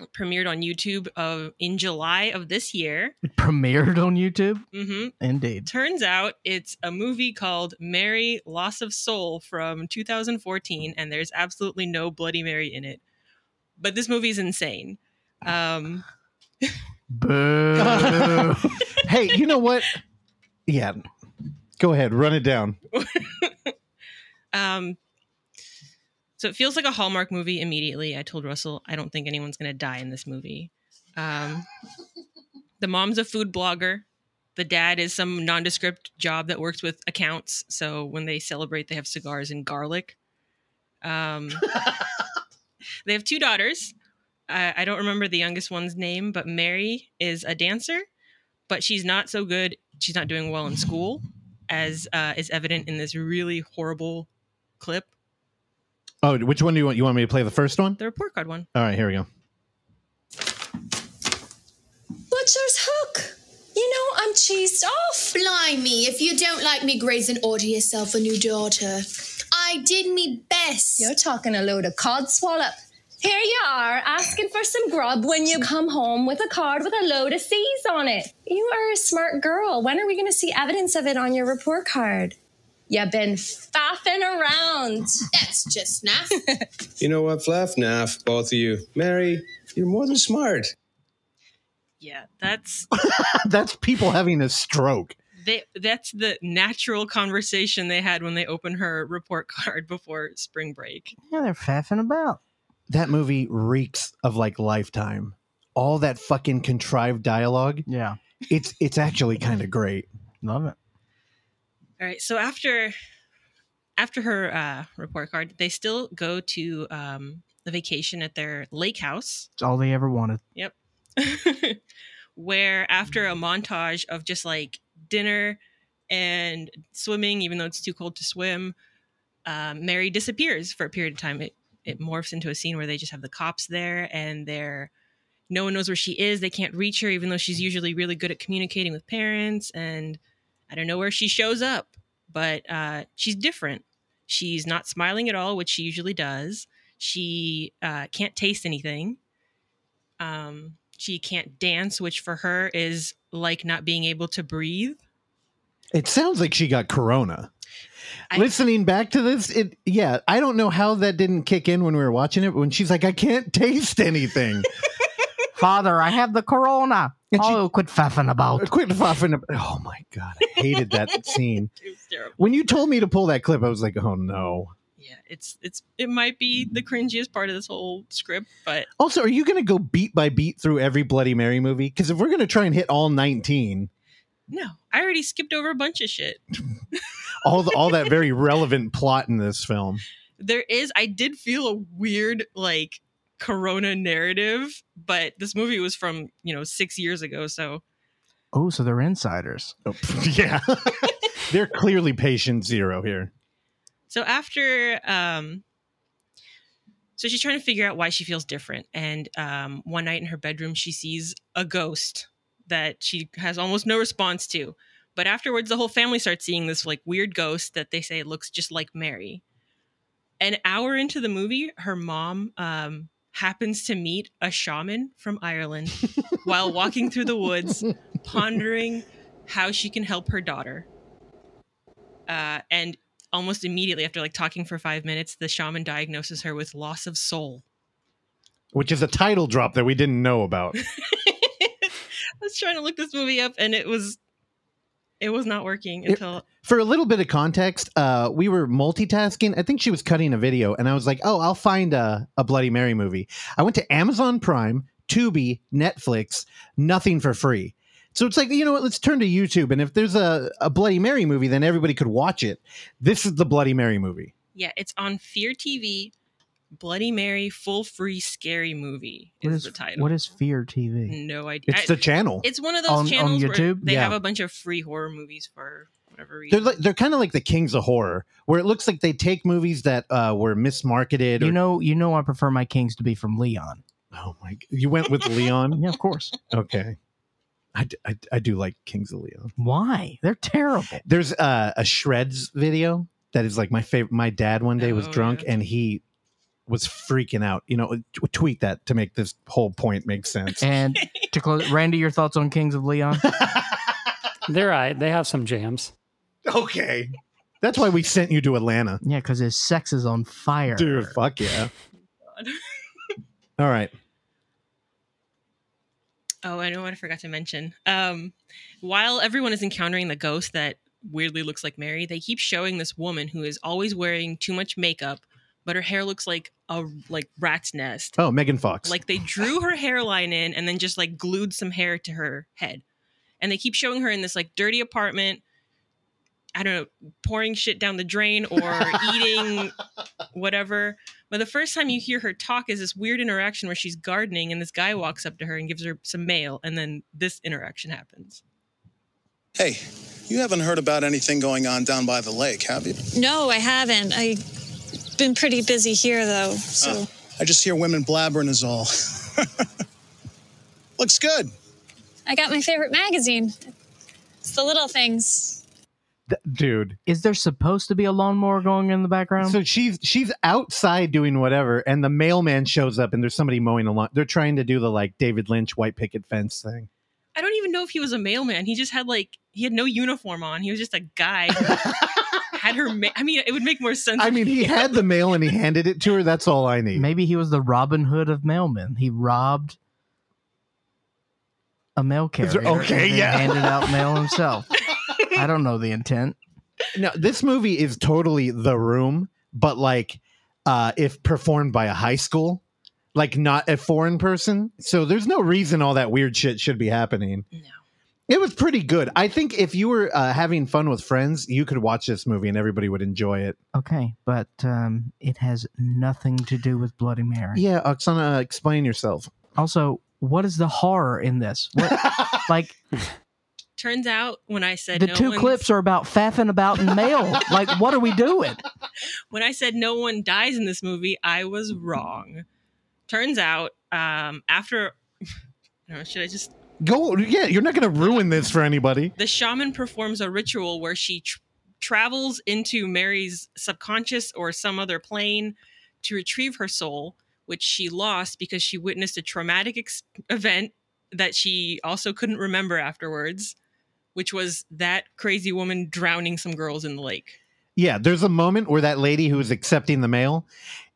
D: It premiered on YouTube uh, in July of this year.
A: It premiered on YouTube.
D: hmm
A: Indeed.
D: Turns out it's a movie called Mary Loss of Soul from 2014, and there's absolutely no Bloody Mary in it. But this movie's insane. Um,
A: Boo.
B: hey you know what yeah go ahead run it down
D: Um, so it feels like a Hallmark movie immediately. I told Russell, I don't think anyone's going to die in this movie. Um, the mom's a food blogger. The dad is some nondescript job that works with accounts. So when they celebrate, they have cigars and garlic. Um, they have two daughters. I, I don't remember the youngest one's name, but Mary is a dancer, but she's not so good. She's not doing well in school, as uh, is evident in this really horrible clip.
B: oh which one do you want you want me to play the first one
D: The report card one.
B: all right here we go
G: Butcher's Hook. You know, I'm
F: cheesed off.
G: Blimey, if you don't like me, Grayson, order yourself a new daughter. I did me best.
H: You're talking a load of cod swallop. Here you are, asking for some grub when you come home with a card with a load of C's on it. You are a smart girl. When are we going to see evidence of it on your report card? You've been faffing around.
G: That's just naff.
I: You know what, Flaff? Naff, both of you. Mary, you're more than smart.
D: Yeah, that's
B: That's people having a stroke.
D: they that's the natural conversation they had when they opened her report card before spring break.
A: Yeah, they're faffing about.
B: That movie reeks of like lifetime. All that fucking contrived dialogue.
A: Yeah,
B: It's it's actually kind of great.
A: love it.
D: All right, so after after her uh, report card, they still go to um, the vacation at their lake house.
A: It's all they ever wanted.
D: where after a montage of just like dinner and swimming, even though it's too cold to swim, um, Mary disappears for a period of time. It it morphs into a scene where they just have the cops there and they're no one knows where she is. They can't reach her, even though she's usually really good at communicating with parents. And I don't know where she shows up, but uh, she's different. She's not smiling at all, which she usually does. She uh, can't taste anything. Um, she can't dance, which for her is like not being able to breathe.
B: It sounds like she got corona.
D: I-
B: Listening back to this, it yeah, I don't know how that didn't kick in when we were watching it. When she's like, I can't taste anything.
A: Father, I have the corona.
B: And she-
A: oh, quit faffing about.
B: Quit fuffing. up- Oh my god, I hated that scene.
D: It's terrible.
B: When you told me to pull that clip, I was like, oh no.
D: Yeah, it's it's it might be the cringiest part of this whole script, but
B: Also, are you going to go beat by beat through every Bloody Mary movie? Because if we're going to try and hit all nineteen,
D: no, I already skipped over a bunch of shit.
B: all the, all that very relevant plot in this film.
D: There is I did feel a weird like corona narrative, but this movie was from, you know, 6 years ago, so
A: Oh, so they're insiders.
B: Oh, yeah, they're clearly patient zero here.
D: So after, um, so she's trying to figure out why she feels different. And um, one night in her bedroom, she sees a ghost that she has almost no response to. But afterwards, the whole family starts seeing this like weird ghost that they say looks just like Mary. An hour into the movie, her mom um, happens to meet a shaman from Ireland while walking through the woods, pondering how she can help her daughter. Uh, and almost immediately after like talking for five minutes, the shaman diagnoses her with loss of soul.
B: Which is a title drop that we didn't know about.
D: I was trying to look this movie up and it was it was not working
B: It-
D: until
B: For a little bit of context, uh, we were multitasking. I think she was cutting a video, and I was like, "Oh, I'll find a, a Bloody Mary movie." I went to Amazon Prime, Tubi, Netflix, nothing for free. So it's like, you know what? Let's turn to YouTube, and if there's a, a Bloody Mary movie, then everybody could watch it. This is the Bloody Mary movie.
D: yeah, it's on Fear TV, Bloody Mary, full free scary movie is, the title. Mm.
A: What is Fear TV?
D: no idea?
B: It's
D: I-
B: the channel.
D: it's one of those
A: On- on
D: channels where
A: YouTube?
D: they
B: Yeah.
D: have a bunch of free horror movies for whatever
B: They're
D: reason.
B: like, they're kind of like the kings of horror, where it looks like they take movies that uh, were mismarketed. Or,
A: You know, you know, I prefer my kings to be from Leon.
B: oh my! g- You went with Leon.
A: Yeah, of course.
B: Okay. I, d- I d- I do like Kings of Leon.
A: Why? They're terrible.
B: There's uh, a Shreds video that is like my favorite. My dad one day was
D: Oh,
B: drunk
D: yeah.
B: and he was freaking out. You know, t- tweet that to make this whole point make sense.
A: And to close, Randy, your thoughts on Kings of Leon?
C: They're right. They have some jams.
B: okay. That's why we sent you to Atlanta.
A: Yeah, because his sex is on fire.
B: Dude, fuck yeah.
D: God.
B: All right.
D: Oh, I know what I forgot to mention. Um, while everyone is encountering the ghost that weirdly looks like Mary, they keep showing this woman who is always wearing too much makeup, but her hair looks like a like rat's nest.
B: Oh, Megan Fox.
D: Like they drew her hairline in and then just like glued some hair to her head. And they keep showing her in this like dirty apartment. I don't know, pouring shit down the drain or eating whatever. But the first time you hear her talk is this weird interaction where she's gardening and this guy walks up to her and gives her some mail. And then this interaction happens.
J: Hey, you haven't heard about anything going on down by the lake, have you?
K: No, I haven't. I've been pretty busy here, though. So
J: Ah. I just hear women blabbering is all. Looks good.
K: I got my favorite magazine. It's the little things.
B: dude.
A: Is there supposed to be a lawnmower going in the background?
B: So she's she's outside doing whatever, and the mailman shows up, and there's somebody mowing the lawn. They're trying to do the like David Lynch white picket fence thing.
D: I don't even know if he was a mailman. He just had like he had no uniform on. He was just a guy. had her. Ma- I mean, it would make more sense.
B: I mean, he had the mail and he handed it to her. That's all I need.
A: Maybe he was the Robin Hood of mailmen. He robbed a mail
B: Is
A: carrier.
B: there- okay,
A: and then
B: yeah.
A: Handed out mail himself. I don't know the intent.
B: No, this movie is totally The Room, but like uh, if performed by a high school, like not a foreign person. So there's no reason all that weird shit should be happening. No. It was pretty good. I think if you were uh, having fun with friends, you could watch this movie and everybody would enjoy it.
A: Okay, but um, it has nothing to do with Bloody Mary.
B: Yeah, Oksana, explain yourself.
A: Also, what is the horror in this? What, like
D: Turns out when I said
A: the
D: no
A: two
D: one,
A: clips are about faffing about in mail. like, what are we doing?
D: when I said no one dies in this movie, I was wrong. Turns out, um, after I don't know, should I just
B: Go. Yeah, you're not going to ruin this for anybody.
D: the shaman performs a ritual where she tr- travels into Mary's subconscious or some other plane to retrieve her soul, which she lost because she witnessed a traumatic ex- event that she also couldn't remember afterwards, which was that crazy woman drowning some girls in the lake.
B: Yeah, there's a moment where that lady who is accepting the mail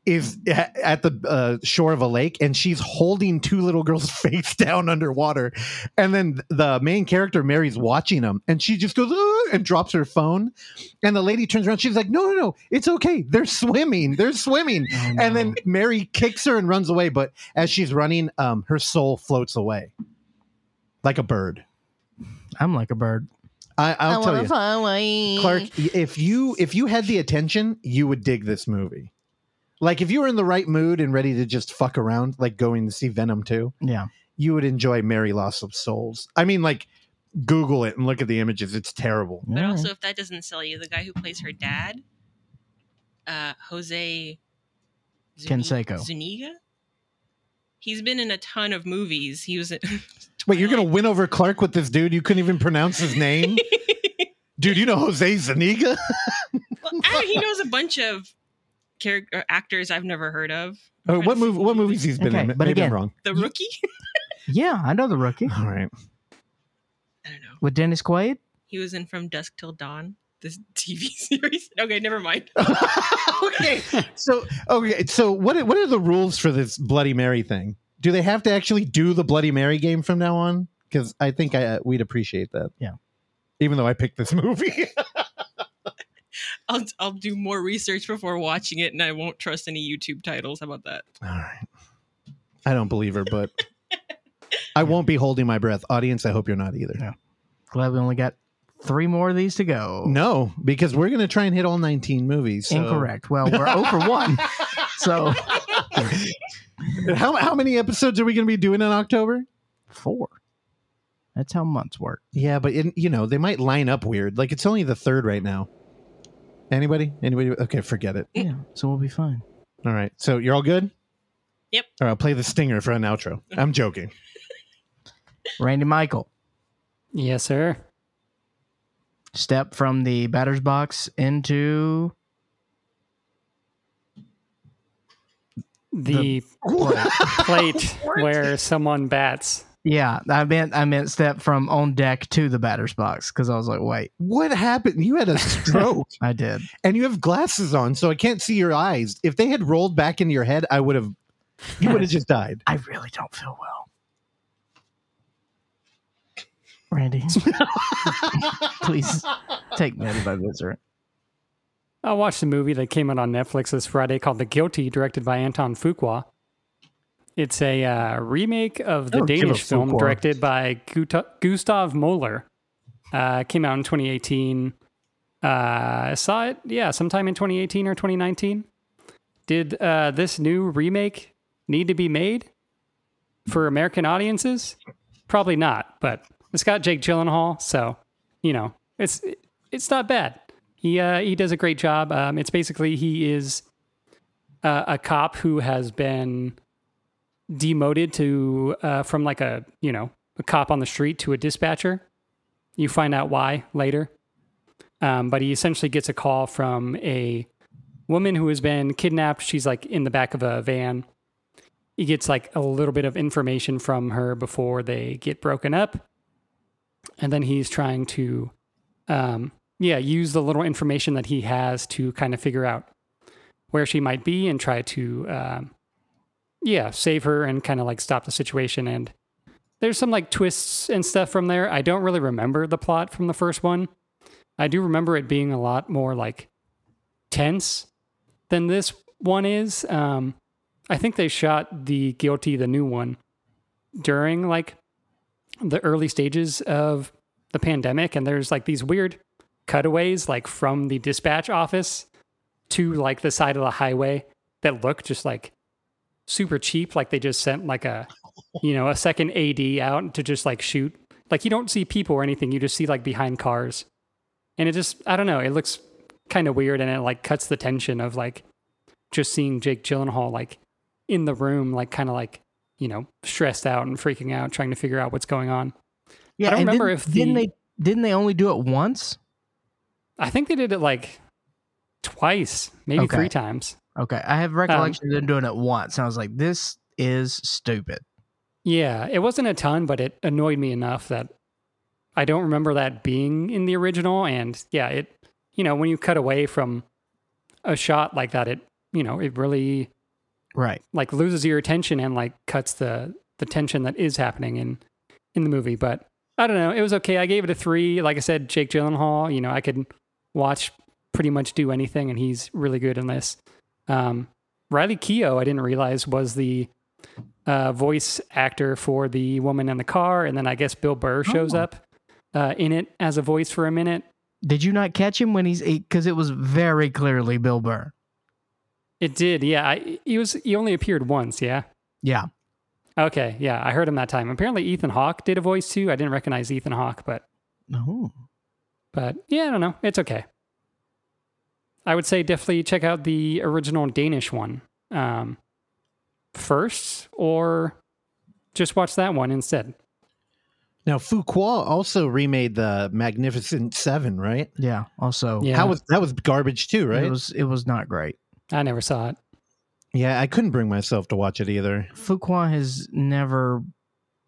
B: is a- at the uh, shore of a lake and she's holding two little girls face down underwater. And then the main character, Mary's watching them and she just goes "Ugh," and drops her phone. And the lady turns around. She's like, no, no, no, it's okay. They're swimming. They're swimming. And then Mary kicks her and runs away. But as she's running, um, her soul floats away like a bird.
A: I'm like a bird.
B: I, I'll tell you.
A: away.
B: Clark, y- if you if you had the attention, you would dig this movie. Like if you were in the right mood and ready to just fuck around, like going to see Venom 2,
A: Yeah.
B: you would enjoy Mary Loss of Souls. I mean, like Google it and look at the images. It's terrible.
D: But also, if that doesn't sell you, the guy who plays her dad, uh, Jose Zuni-
A: Canseco.
D: Zuniga, he's been in a ton of movies. He was in,
B: Wait, you're gonna win over Clark with this dude? You couldn't even pronounce his name. dude, you know Jose Zaniga?
D: well, I- he knows a bunch of character actors I've never heard of.
B: or Oh, what move? What movies he's been in?
A: Okay, but
B: Maybe
A: again-
B: I'm wrong.
D: The rookie.
A: Yeah, I know the rookie.
B: All right.
A: With Dennis Quaid?
D: He was in From Dusk Till Dawn, this TV series. Okay, never mind.
B: okay. So okay. So what what are the rules for this Bloody Mary thing? Do they have to actually do the Bloody Mary game from now on? Because I think I, uh, we'd appreciate that.
A: Yeah.
B: Even though I picked this movie.
D: I'll I'll do more research before watching it, and I won't trust any YouTube titles. How about that?
B: All right. I don't believe her, but I won't be holding my breath. Audience, I hope you're not either.
A: Yeah. Glad we only got three more of these to go.
B: No, because we're going to try and hit all 19 movies. so-
A: Incorrect. Well, we're over one. So
B: How, how many episodes are we going to be doing in October?
A: four. That's how months work.
B: Yeah, but in, you know they might line up weird. Like it's only the third right now. Anybody? Anybody? Okay, forget it.
A: Yeah. So we'll be fine.
B: All right. So you're all good.
D: Yep.
B: All right. I'll play the stinger for an outro. I'm joking.
A: Randy Michael,
C: Yes, sir.
A: step from the batter's box into
C: The, plate where someone bats.
A: Yeah, I meant I meant step from on deck to the batter's box because I was like, wait,
B: What happened? You had a stroke,
A: I did.
B: and you have glasses on, so I can't see your eyes. If they had rolled back into your head, I would have. You would have just died.
A: I really don't feel well. Randy, please take me out of my misery.
C: I watched a movie that came out on Netflix this Friday called The Guilty, directed by Anton Fuqua. It's a uh, remake of the
B: don't give a
C: Danish film
B: Fuqua.
C: directed by Guta- Gustav Moeller. Uh, came out in 2018. Uh, I saw it, yeah, sometime in 2018 or 2019. Did uh, this new remake need to be made for American audiences? Probably not, but it's got Jake Gyllenhaal, so you know it's it's not bad. He uh, he does a great job. Um, it's basically he is uh, a cop who has been demoted to uh, from like a you know a cop on the street to a dispatcher, You find out why later. Um, but he essentially gets a call from a woman who has been kidnapped. She's like in the back of a van. He gets like a little bit of information from her before they get broken up. And then he's trying to, um, yeah, use the little information that he has to kind of figure out where she might be and try to, um, yeah, save her and kind of like stop the situation. And there's some like twists and stuff from there. I don't really remember the plot from the first one. I do remember it being a lot more like tense than this one is. Um, I think they shot the guilty, the new one, during like the early stages of the pandemic, and there's like these weird cutaways, like from the dispatch office to like the side of the highway that look just like super cheap. Like they just sent like a you know a second AD out to just like shoot. Like you don't see people or anything. You just see like behind cars, and it just I don't know. It looks kind of weird and it like cuts the tension of like just seeing Jake Gyllenhaal like in the room, like kind of like you know stressed out and freaking out, trying to figure out what's going on.
A: Yeah,
C: I don't
A: and
C: remember
A: didn't-
C: if the,
A: didn't they didn't they only do it once?
C: I think they did it like twice, maybe
A: Okay.
C: three times.
A: Okay, I
C: Um,
A: have recollection of them doing it once, and I was like, "This is stupid."
C: Yeah, it wasn't a ton, but it annoyed me enough that I don't remember that being in the original. And yeah, it, you know, when you cut away from a shot like that, it, you know, it really
A: Right.
C: like loses your attention and like cuts the the tension that is happening in in the movie. But I don't know, it was okay. I gave it a three. Like I said, Jake Gyllenhaal, you know, I could watch pretty much do anything, and he's really good in this. Um, Riley Keough, I didn't realize was the uh, voice actor for the woman in the car, and then I guess Bill Burr shows
A: Oh.
C: up uh, in it as a voice for a minute.
A: Did you not catch him when he's because it was very clearly Bill Burr?
C: It did, yeah. I, he was he only appeared once, yeah.
A: Yeah.
C: Okay, yeah, I heard him that time. Apparently, Ethan Hawke did a voice too. I didn't recognize Ethan Hawke, but
A: Oh.
C: but yeah, I don't know. It's okay. I would say definitely check out the original Danish one um, first, or just watch that one instead.
B: Now Fuqua also remade the Magnificent Seven, right?
A: Yeah. Also,
C: Yeah.
B: how was that was garbage too, right?
A: It was it was not great.
C: I never saw it.
B: yeah, I couldn't bring myself to watch it either.
A: Fuqua has never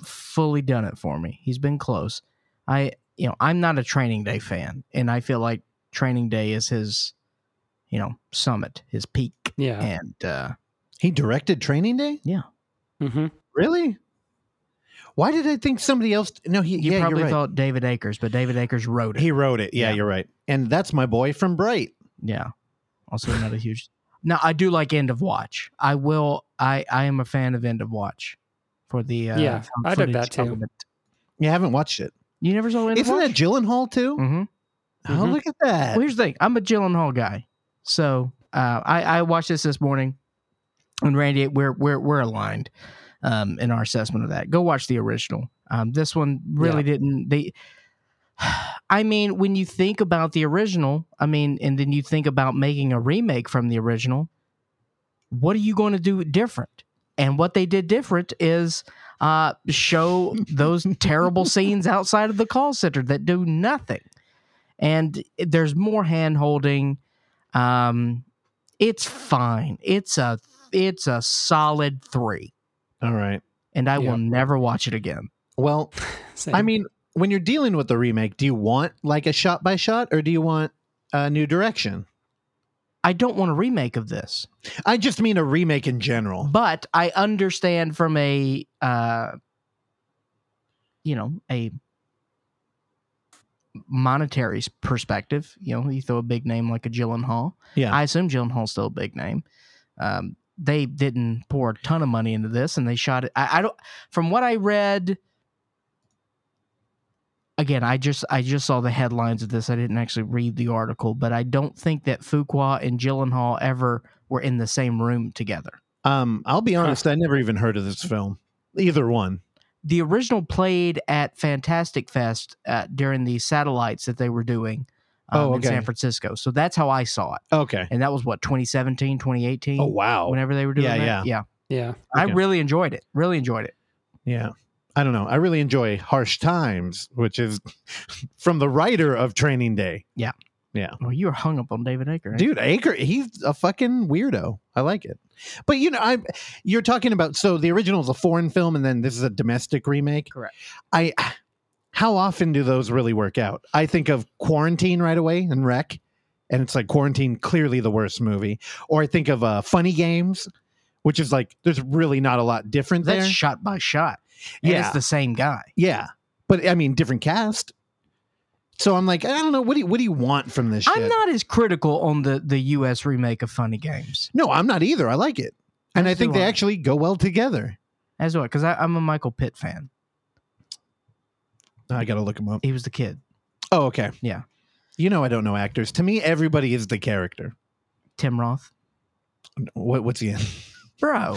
A: fully done it for me. He's been close. I you know, I'm not a training day fan, and I feel like training day is his, you know, summit, his peak.
C: Yeah.
A: And uh
B: He directed Training Day.
A: yeah.
C: Mm-hmm.
B: Really? Why did I think somebody else? No, he.
A: You
B: yeah,
A: probably
B: you're right.
A: thought David Akers, but David Akers wrote it.
B: he wrote it. Yeah,
A: Yeah.
B: you're right. And that's my boy from Bright.
A: Yeah. Also not a huge Now I do like End of Watch. I will I I am a fan of End of Watch for the uh
C: Yeah,
A: found
C: I dug
A: footage
C: that too.
A: element.
B: Yeah, I haven't watched it.
A: You never saw End
B: Isn't
A: of Watch?
B: that Gyllenhaal too?
A: mm-hmm.
B: Oh,
C: Mhm.
B: look at that.
A: Well, here's the thing. I'm a Gyllenhaal guy, so uh, I I watched this this morning, and Randy, we're we're we're aligned um, in our assessment of that. Go watch the original. Um, this one really didn't. They, I mean, when you think about the original, I mean, and then you think about making a remake from the original, what are you going to do different? And what they did different is uh, show those terrible scenes outside of the call center that do nothing and there's more hand holding. Um, it's fine. It's a it's a solid three,
B: All right.
A: and I
C: Yeah.
A: will never watch it again.
B: Well,
C: Same.
B: I mean, when you're dealing with the remake, do you want like a shot by shot or do you want a new direction?
A: I don't want a remake of this,
B: I just mean a remake in general.
A: but I understand from a uh, you know a monetary s- perspective. You know, you throw a big name like a Gyllenhaal.
B: Yeah.
A: I assume Gyllenhaal's still a big name. Um, they didn't pour a ton of money into this, and they shot it. I, I don't. From what I read, again, I just I just saw the headlines of this. I didn't actually read the article, but I don't think that Fuqua and Gyllenhaal ever were in the same room together.
B: um, I'll be honest, I never even heard of this film. Either one.
A: The original played at Fantastic Fest uh, during the satellites that they were doing um,
B: Oh,
A: in
B: okay.
A: San Francisco. So that's how I saw it.
B: Okay.
A: And that was what, 2017, 2018?
B: Oh wow.
A: Whenever they were doing
B: Yeah,
A: that?
B: yeah.
A: Yeah.
C: yeah,
A: I
B: Okay.
A: really enjoyed it. Really enjoyed it.
B: Yeah. I don't know. I really enjoy Harsh Times, which is from the writer of Training Day.
A: Yeah.
B: Yeah.
A: Well, you were hung up on David Aker, ain't you?
B: Dude, Aker, he's a fucking weirdo. I like it. But you know, I you're talking about so the original is a foreign film and then this is a domestic remake.
A: Correct.
B: I how often do those really work out? I think of Quarantine right away and Wreck, and it's like Quarantine clearly the worst movie. Or I think of uh, Funny Games, which is like there's really not a lot different
A: That's
B: there.
A: shot by shot. And
B: yeah,
A: It's the same guy.
B: yeah, but I mean different cast. So I'm like, I don't know. What do you, what do you want from this?
A: I'm
B: shit?
A: not as critical on the, the U.S. remake of Funny Games.
B: No, I'm not either. I like it, and I
A: As
B: think
A: do
B: they
A: I.
B: actually go well together.
A: As well, because I'm a Michael Pitt fan.
B: I gotta look them up.
A: He was the kid.
B: Oh, okay.
A: Yeah.
B: You know, I don't know actors. To me, everybody is the character.
A: Tim Roth.
B: What, what's he in?
A: Bro.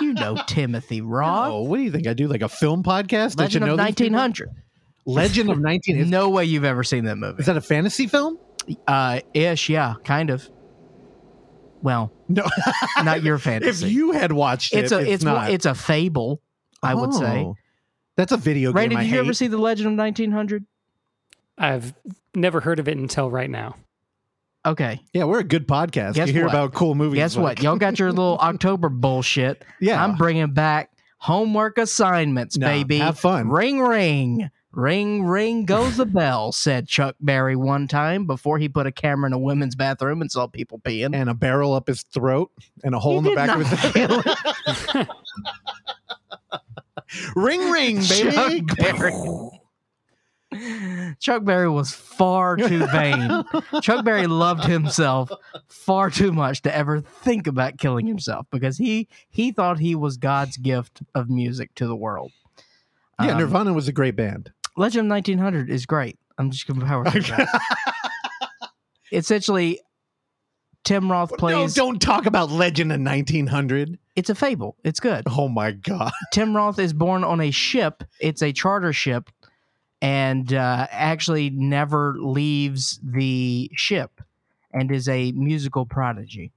A: you know Timothy Roth.
B: Oh, what do you think? I do like a film podcast. I should
A: Legend
B: know
A: of
B: these people?
A: 1900.
B: Legend of 19. Is,
A: No way you've ever seen that movie.
B: is that a fantasy film?
A: Uh, ish, yeah, kind of. Well,
B: No.
A: not your
B: if
A: fantasy.
B: you had watched it,
A: it's a it's it's,
B: not.
A: it's a fable, I would say.
B: Oh. That's a video
A: Ray,
B: game.
A: did
B: I
A: you ever
B: hate.
A: see The Legend of 1900?
C: I've never heard of it until right now.
A: Okay,
B: Yeah, we're a good podcast.
A: Guess
B: you hear
A: what?
B: about cool movies.
A: guess what?
B: like-
A: Y'all got your little October bullshit.
B: Yeah.
A: I'm bringing back homework assignments,
B: Nah,
A: baby.
B: have fun.
A: Ring, ring, ring, ring goes the bell. Said Chuck Berry one time before he put a camera in a women's bathroom and saw people peeing.
B: and a barrel up his throat and a hole
A: He
B: in
A: did
B: the back
A: not kill
B: of his ring ring baby
A: Chuck Berry. Chuck Berry was far too vain. Chuck Berry loved himself far too much to ever think about killing himself because he he thought he was God's gift of music to the world.
B: yeah
A: Um,
B: nirvana was a great band
A: Legend of 1900 is great. I'm just going to power through that. Essentially, Tim Roth plays.
B: no don't talk about legend of 1900
A: It's a fable. It's good.
B: oh my god
A: Tim Roth is born on a ship. It's a charter ship, and uh, actually never leaves the ship, and is a musical prodigy.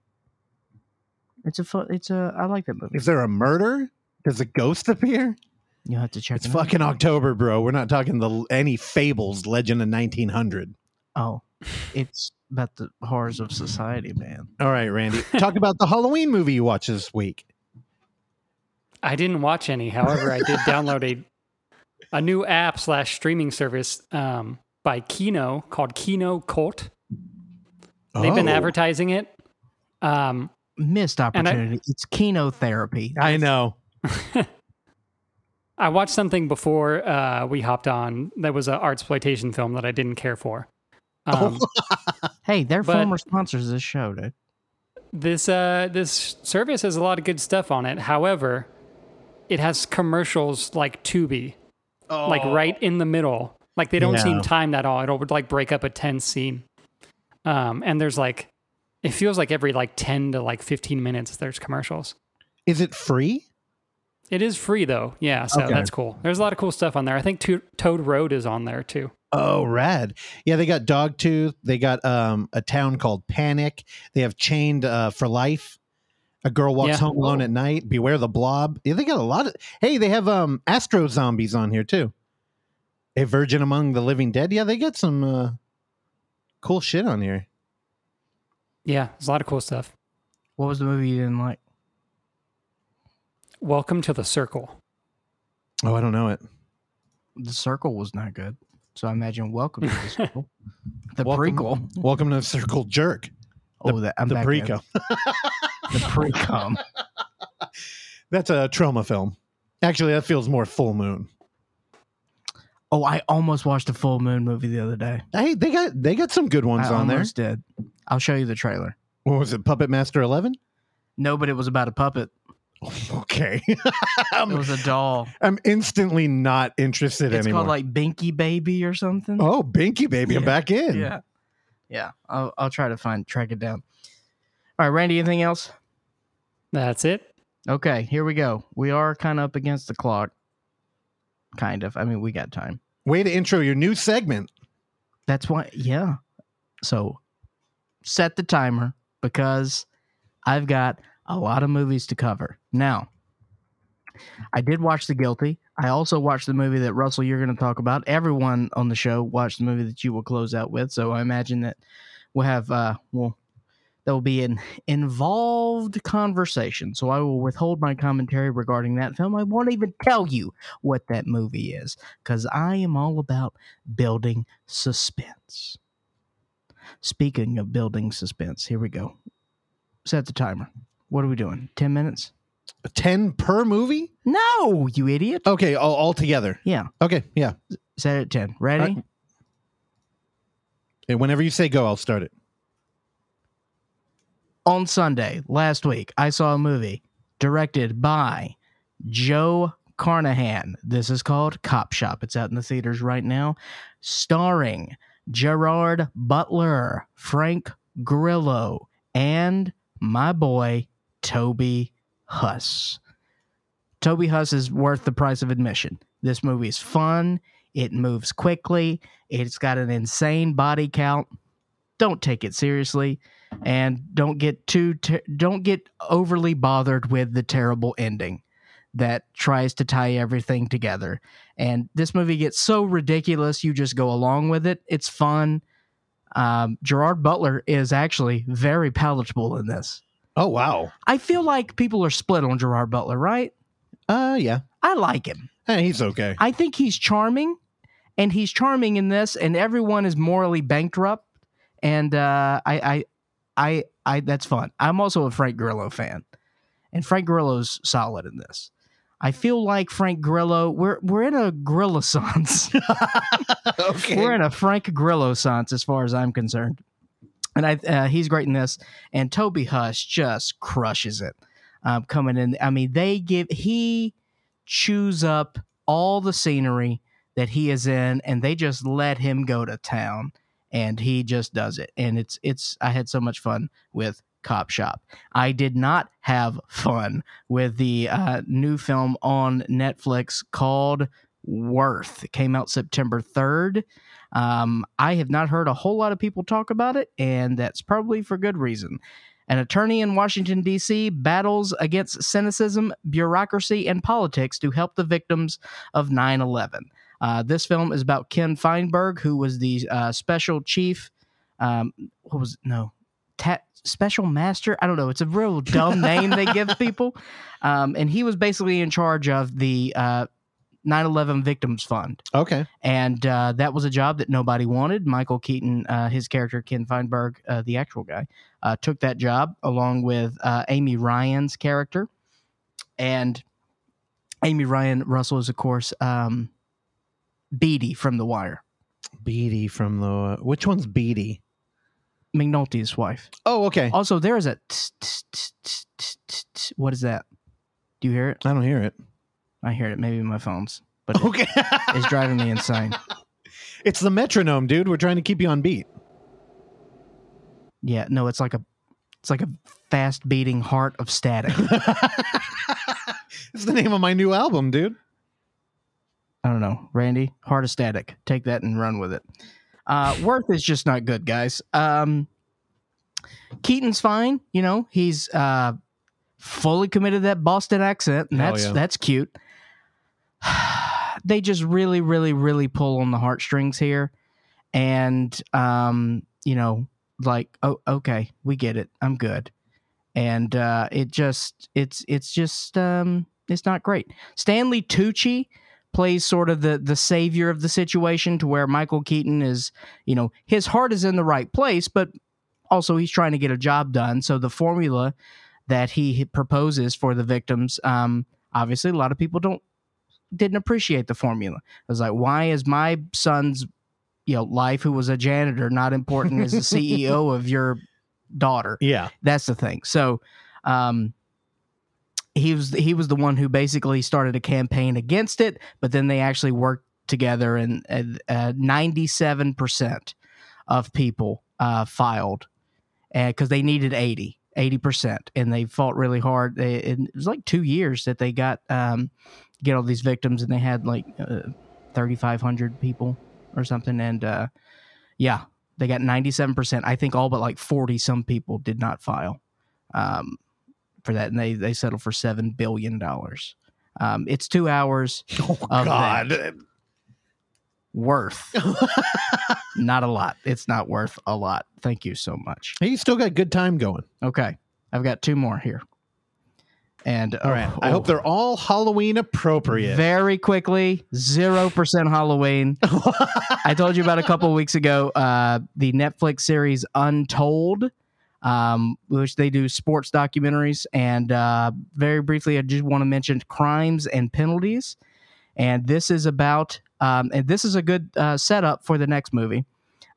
A: It's a fun. It's a. I like that movie.
B: is there a murder does a ghost appear
A: You'll have to check.
B: it's
A: it out.
B: fucking october bro we're not talking the any fables legend of 1900
A: Oh, it's about the horrors of society, man.
B: all right randy talk about the halloween movie you watched this week
C: I didn't watch any. However, I did download a a new app slash streaming service um, by Kino called Kino Cult. They've been
B: Oh.
C: advertising it. Um,
A: Missed opportunity. it's chemotherapy.
B: i know
C: I watched something before uh, we hopped on that was an art exploitation film that I didn't care for. Um,
A: Hey, they're
C: But-
A: former sponsors of this show, dude.
C: This uh, this service has a lot of good stuff on it. However, it has commercials like Tubi, like right in the middle. Like they don't seem
B: Yeah.
C: timed at all. It'll like break up a tense scene. Um, and there's like, it feels like every like ten to like fifteen minutes there's commercials.
B: is it free
C: It is free though, yeah. So
B: Okay.
C: that's cool. There's a lot of cool stuff on there. I think to- Toad Road is on there too.
B: Oh, rad. Yeah, they got Dogtooth. They got um, a town called Panic. They have Chained uh, for Life. A girl walks
C: Yeah.
B: home alone at night. Beware the blob. Yeah, they got a lot of. Hey, they have um, Astro Zombies on here too. A Virgin Among the Living Dead. Yeah, they got some uh, cool shit on here.
C: Yeah, there's a lot of cool stuff.
A: What was the movie you didn't like?
C: Welcome to the Circle.
B: Oh, I don't know
A: Hmm.
B: it.
A: The Circle was not good. So I imagine Welcome to the Circle, the
B: Welcome-
A: prequel.
B: Welcome to Circle Jerk.
A: oh, that I'm
B: the
A: back in.
B: prequel.
A: the pre-com.
B: That's a trauma film. Actually, that feels more full moon.
A: Oh, I almost watched a full moon movie the other day.
B: Hey, they got they got some good ones
A: I
B: on there.
A: almost did. I'll show you the trailer.
B: What was it? Puppet Master Eleven.
A: No, but it was about a puppet.
B: Okay.
A: It was a doll.
B: I'm instantly not interested
A: It's
B: anymore.
A: called like Binky Baby or something.
B: oh, Binky Baby, I'm
A: Yeah.
B: back in.
A: yeah, yeah. I'll I'll try to find track it down. All right, Randy. Anything else?
C: That's it.
A: Okay, here we go. We are kind of up against the clock. Kind of. I mean, we got time.
B: Way to intro your new segment.
A: That's why, yeah. So set the timer because I've got a lot of movies to cover. Now, I did watch The Guilty. I also watched the movie that Russell you're going to talk about. Everyone on the show watched the movie that you will close out with, so I imagine that we'll have uh well that will be an involved conversation. So I will withhold my commentary regarding that film. I won't even tell you what that movie is because I am all about building suspense. Speaking of building suspense, here we go. Set the timer. What are we doing? 10 minutes?
B: 10 per movie?
A: No, you idiot.
B: Okay, all, all together.
A: Yeah.
B: Okay, yeah.
A: Set it at 10. Ready?
B: Right. And whenever you say go, I'll start it.
A: on Sunday last week, I saw a movie directed by Joe Carnahan. This is called Cop Shop. It's out in the theaters right now, starring Gerard Butler, Frank Grillo, and my boy Toby Huss. Toby Huss is worth the price of admission. This movie is fun. It moves quickly. It's got an insane body count. Don't take it seriously and don't get too ter- don't get overly bothered with the terrible ending that tries to tie everything together. And this movie gets so ridiculous, you just go along with it. It's fun. Um, Gerard Butler is actually very palatable in this.
B: Oh wow.
A: I feel like people are split on Gerard Butler, right?
B: Uh yeah.
A: I like him.
B: Hey, he's okay.
A: I think he's charming, and he's charming in this, and everyone is morally bankrupt, and uh, I, I, I, I, that's fun. I'm also a Frank Grillo fan, and Frank Grillo's solid in this. I feel like Frank Grillo. We're we're in a Grillosance.
B: okay.
A: We're in a Frank Grillo sense as far as I'm concerned. And I, uh, he's great in this. And Toby Hush just crushes it um, coming in. I mean, they give, he chews up all the scenery that he is in and they just let him go to town and he just does it. And it's, it's, I had so much fun with Cop Shop. I did not have fun with the uh, new film on Netflix called Worth. It came out September 3rd. Um, I have not heard a whole lot of people talk about it, and that's probably for good reason. An attorney in Washington, D.C. battles against cynicism, bureaucracy, and politics to help the victims of 9 11. Uh, this film is about Ken Feinberg, who was the uh, special chief. Um, what was it? No, ta- special master. I don't know. It's a real dumb name they give people. Um, and he was basically in charge of the uh, 9/11 Victims Fund,
B: Okay.
A: and uh, that was a job that nobody wanted. Michael Keaton, uh, his character Ken Feinberg, uh, the actual guy, uh, took that job along with uh, Amy Ryan's character, and Amy Ryan Russell is of course um, Beatty from The Wire,
B: Beatty from the which one's Beatty?
A: McNulty's wife.
B: Oh, okay.
A: Also, there is a tss, tss, tss, tss, tss, tss, tss. what is that? Do you hear it?
B: I don't hear it.
A: I hear it. Maybe my phone's, but it-
B: Okay.
A: it's driving me insane.
B: it's the metronome, dude. We're trying to keep you on beat.
A: Yeah, no, it's like a it's like a fast beating heart of static.
B: It's the name of my new album, dude.
A: I don't know, Randy, heart of static. Take that and run with it. Uh, Worth is just not good, guys. Um, Keaton's fine, you know, he's uh, fully committed to that Boston accent, and
B: Hell
A: that's
B: yeah.
A: that's cute. they just really, really, really pull on the heartstrings here, and um, you know, like, oh, okay, we get it. I'm good. and uh, it just it's it's just um, it's not great. Stanley Tucci plays sort of the the savior of the situation to where Michael Keaton is you know his heart is in the right place, but also he's trying to get a job done. So the formula that he proposes for the victims, um, obviously a lot of people don't didn't appreciate the formula. It was like, why is my son's you know life, who was a janitor, not important as the CEO of your daughter?
B: Yeah.
A: That's the thing. So, um, he was he was the one who basically started a campaign against it, but then they actually worked together, and ninety seven percent of people uh, filed because they needed 80 80% and they fought really hard they, and it was like two years that they got um, get all these victims and they had like uh, 3500 people or something and uh, yeah they got 97% i think all but like 40 some people did not file um, for that and they, they settled for $7 billion Um, it's two hours. Oh,
B: God.
A: Worth. not a lot. It's not worth a lot. Thank you so much.
B: Hey, you still got good time going.
A: Okay. I've got two more here. And oh,
B: All right. I hope they're all Halloween appropriate.
A: Very quickly, 0% Halloween. I told you about a couple weeks ago uh, the Netflix series Untold, um, which they do sports documentaries. And uh, very briefly, I just want to mention crimes and penalties. And this is about, um, and this is a good uh, setup for the next movie.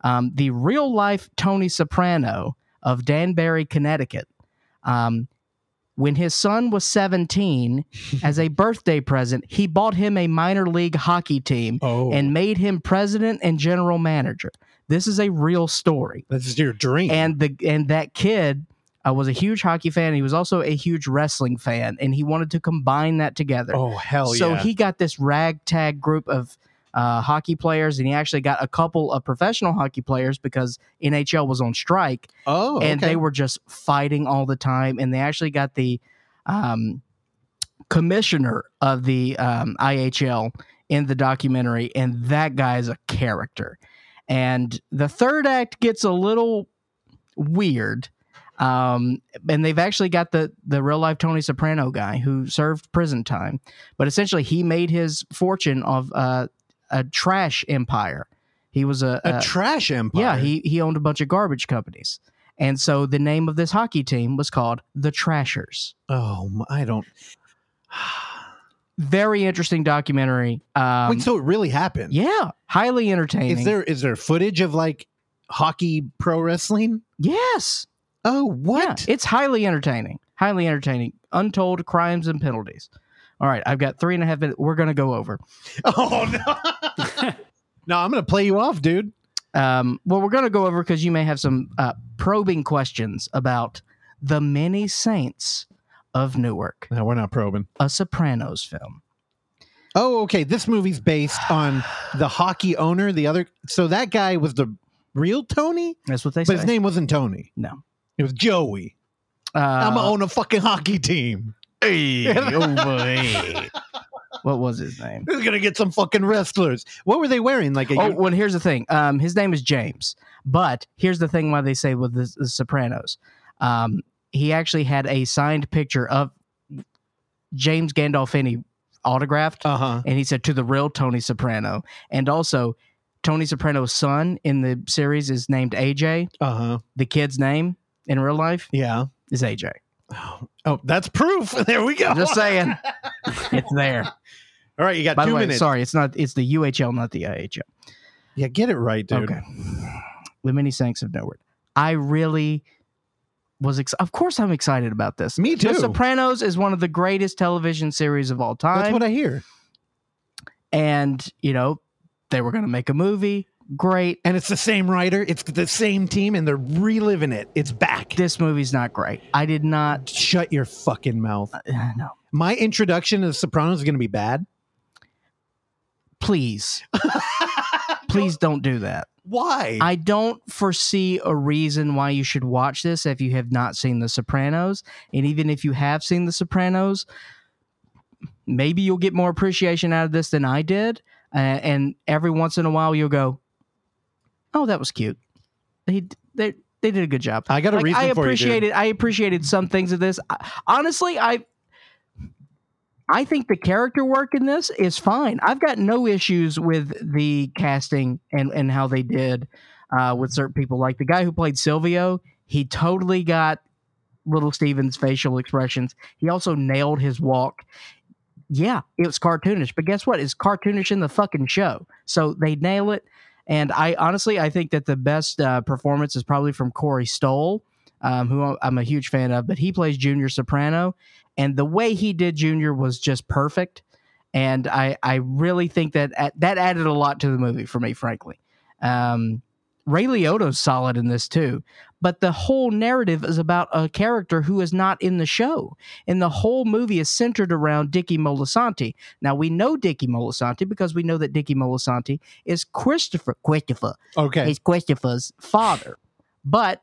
A: Um, the real life Tony Soprano of Danbury, Connecticut. Um, when his son was 17, as a birthday present, he bought him a minor league hockey team
B: Oh.
A: and made him president and general manager. This is a real story.
B: This is your dream.
A: And the and that kid uh, was a huge hockey fan. He was also a huge wrestling fan, and he wanted to combine that together.
B: Oh, hell
A: So
B: yeah.
A: he got this ragtag group of uh, hockey players, and he actually got a couple of professional hockey players because NHL was on strike.
B: Oh,
A: and
B: okay.
A: they were just fighting all the time, and they actually got the um, commissioner of the um, IHL in the documentary, and that guy is a character. And the third act gets a little weird. Um, and they've actually got the the real life Tony Soprano guy who served prison time, but essentially he made his fortune of uh, a trash empire. He was a,
B: A trash empire?
A: uh, Yeah, he he owned a bunch of garbage companies, and so the name of this hockey team was called the Trashers.
B: Oh, my- I don't.
A: Very interesting documentary. Um,
B: Wait, so it really happened?
A: Yeah, highly entertaining.
B: Is there is there footage of like hockey pro wrestling?
A: Yes.
B: Oh, what?
A: it's highly entertaining. Highly entertaining. Untold crimes and penalties. All right, I've got three and a half minutes. We're gonna go over.
B: Oh no! no, I'm gonna play you off, dude.
A: Um, well, we're gonna go over because you may have some uh, probing questions about the many saints of Newark,
B: No, we're not probing.
A: a Sopranos film.
B: Oh, okay. This movie's based on the hockey owner. The other, so that guy was the real Tony,
A: That's what they
B: but
A: say.
B: his name wasn't Tony.
A: No.
B: It was Joey.
A: Uh,
B: I'm gonna own a fucking hockey team.
A: Hey,
B: oh
A: boy. what was his name?
B: We're gonna get some fucking wrestlers. What were they wearing? Like a
A: Oh, well, here's the thing. Um, his name is James, but here's the thing: why they say with the, the Sopranos, um, he actually had a signed picture of James Gandolfini autographed,
B: uh-huh.
A: and he said to the real Tony Soprano, and also Tony Soprano's son in the series is named AJ.
B: uh huh.
A: The kid's name in real life
B: Yeah.
A: is AJ.
B: Oh, that's proof. There we go.
A: I'm just saying, it's there.
B: All right, you got
A: By
B: two
A: the way,
B: minutes.
A: sorry, it's not. It's the UHL, not the IHL.
B: Yeah, get it right, dude.
A: Okay. The many saints of Norwood. I really was ex- of course I'm excited about this.
B: Me too.
A: The Sopranos is one of the greatest television series of all time.
B: That's what I hear.
A: and, you know, they were going to make a movie. Great.
B: And it's the same writer, it's the same team, and they're reliving it. It's back.
A: This movie's not great. I did not
B: Shut your fucking mouth.
A: uh, no.
B: My introduction to The Sopranos is going to be bad.
A: Please. Please don't do that.
B: Why?
A: I don't foresee a reason why you should watch this if you have not seen The Sopranos. And even if you have seen The Sopranos, maybe you'll get more appreciation out of this than I did. Uh, and every once in a while, you'll go, "Oh, that was cute." They they they did a good job.
B: I got a reason
A: I
B: for you, dude.
A: appreciated I appreciated some things of this. I, honestly, I I think the character work in this is fine. I've got no issues with the casting and and how they did uh, with certain people. Like the guy who played Silvio, he totally got little Steven's facial expressions. He also nailed his walk. Yeah, it was cartoonish, but guess what? It's cartoonish in the fucking show. So they nail it. And I honestly, I think that the best uh, performance is probably from Corey Stoll, um, who I'm a huge fan of, but he plays Junior Soprano. And the way he did Junior was just perfect. And I, I really think that uh, that added a lot to the movie for me, frankly. Um, Ray Liotta's solid in this too, but the whole narrative is about a character who is not in the show, and the whole movie is centered around Dickie Molisanti. Now we know Dickie Molisanti because we know that Dickie Molisanti is Christopher Christopher
B: okay.
A: is Christopher's father, but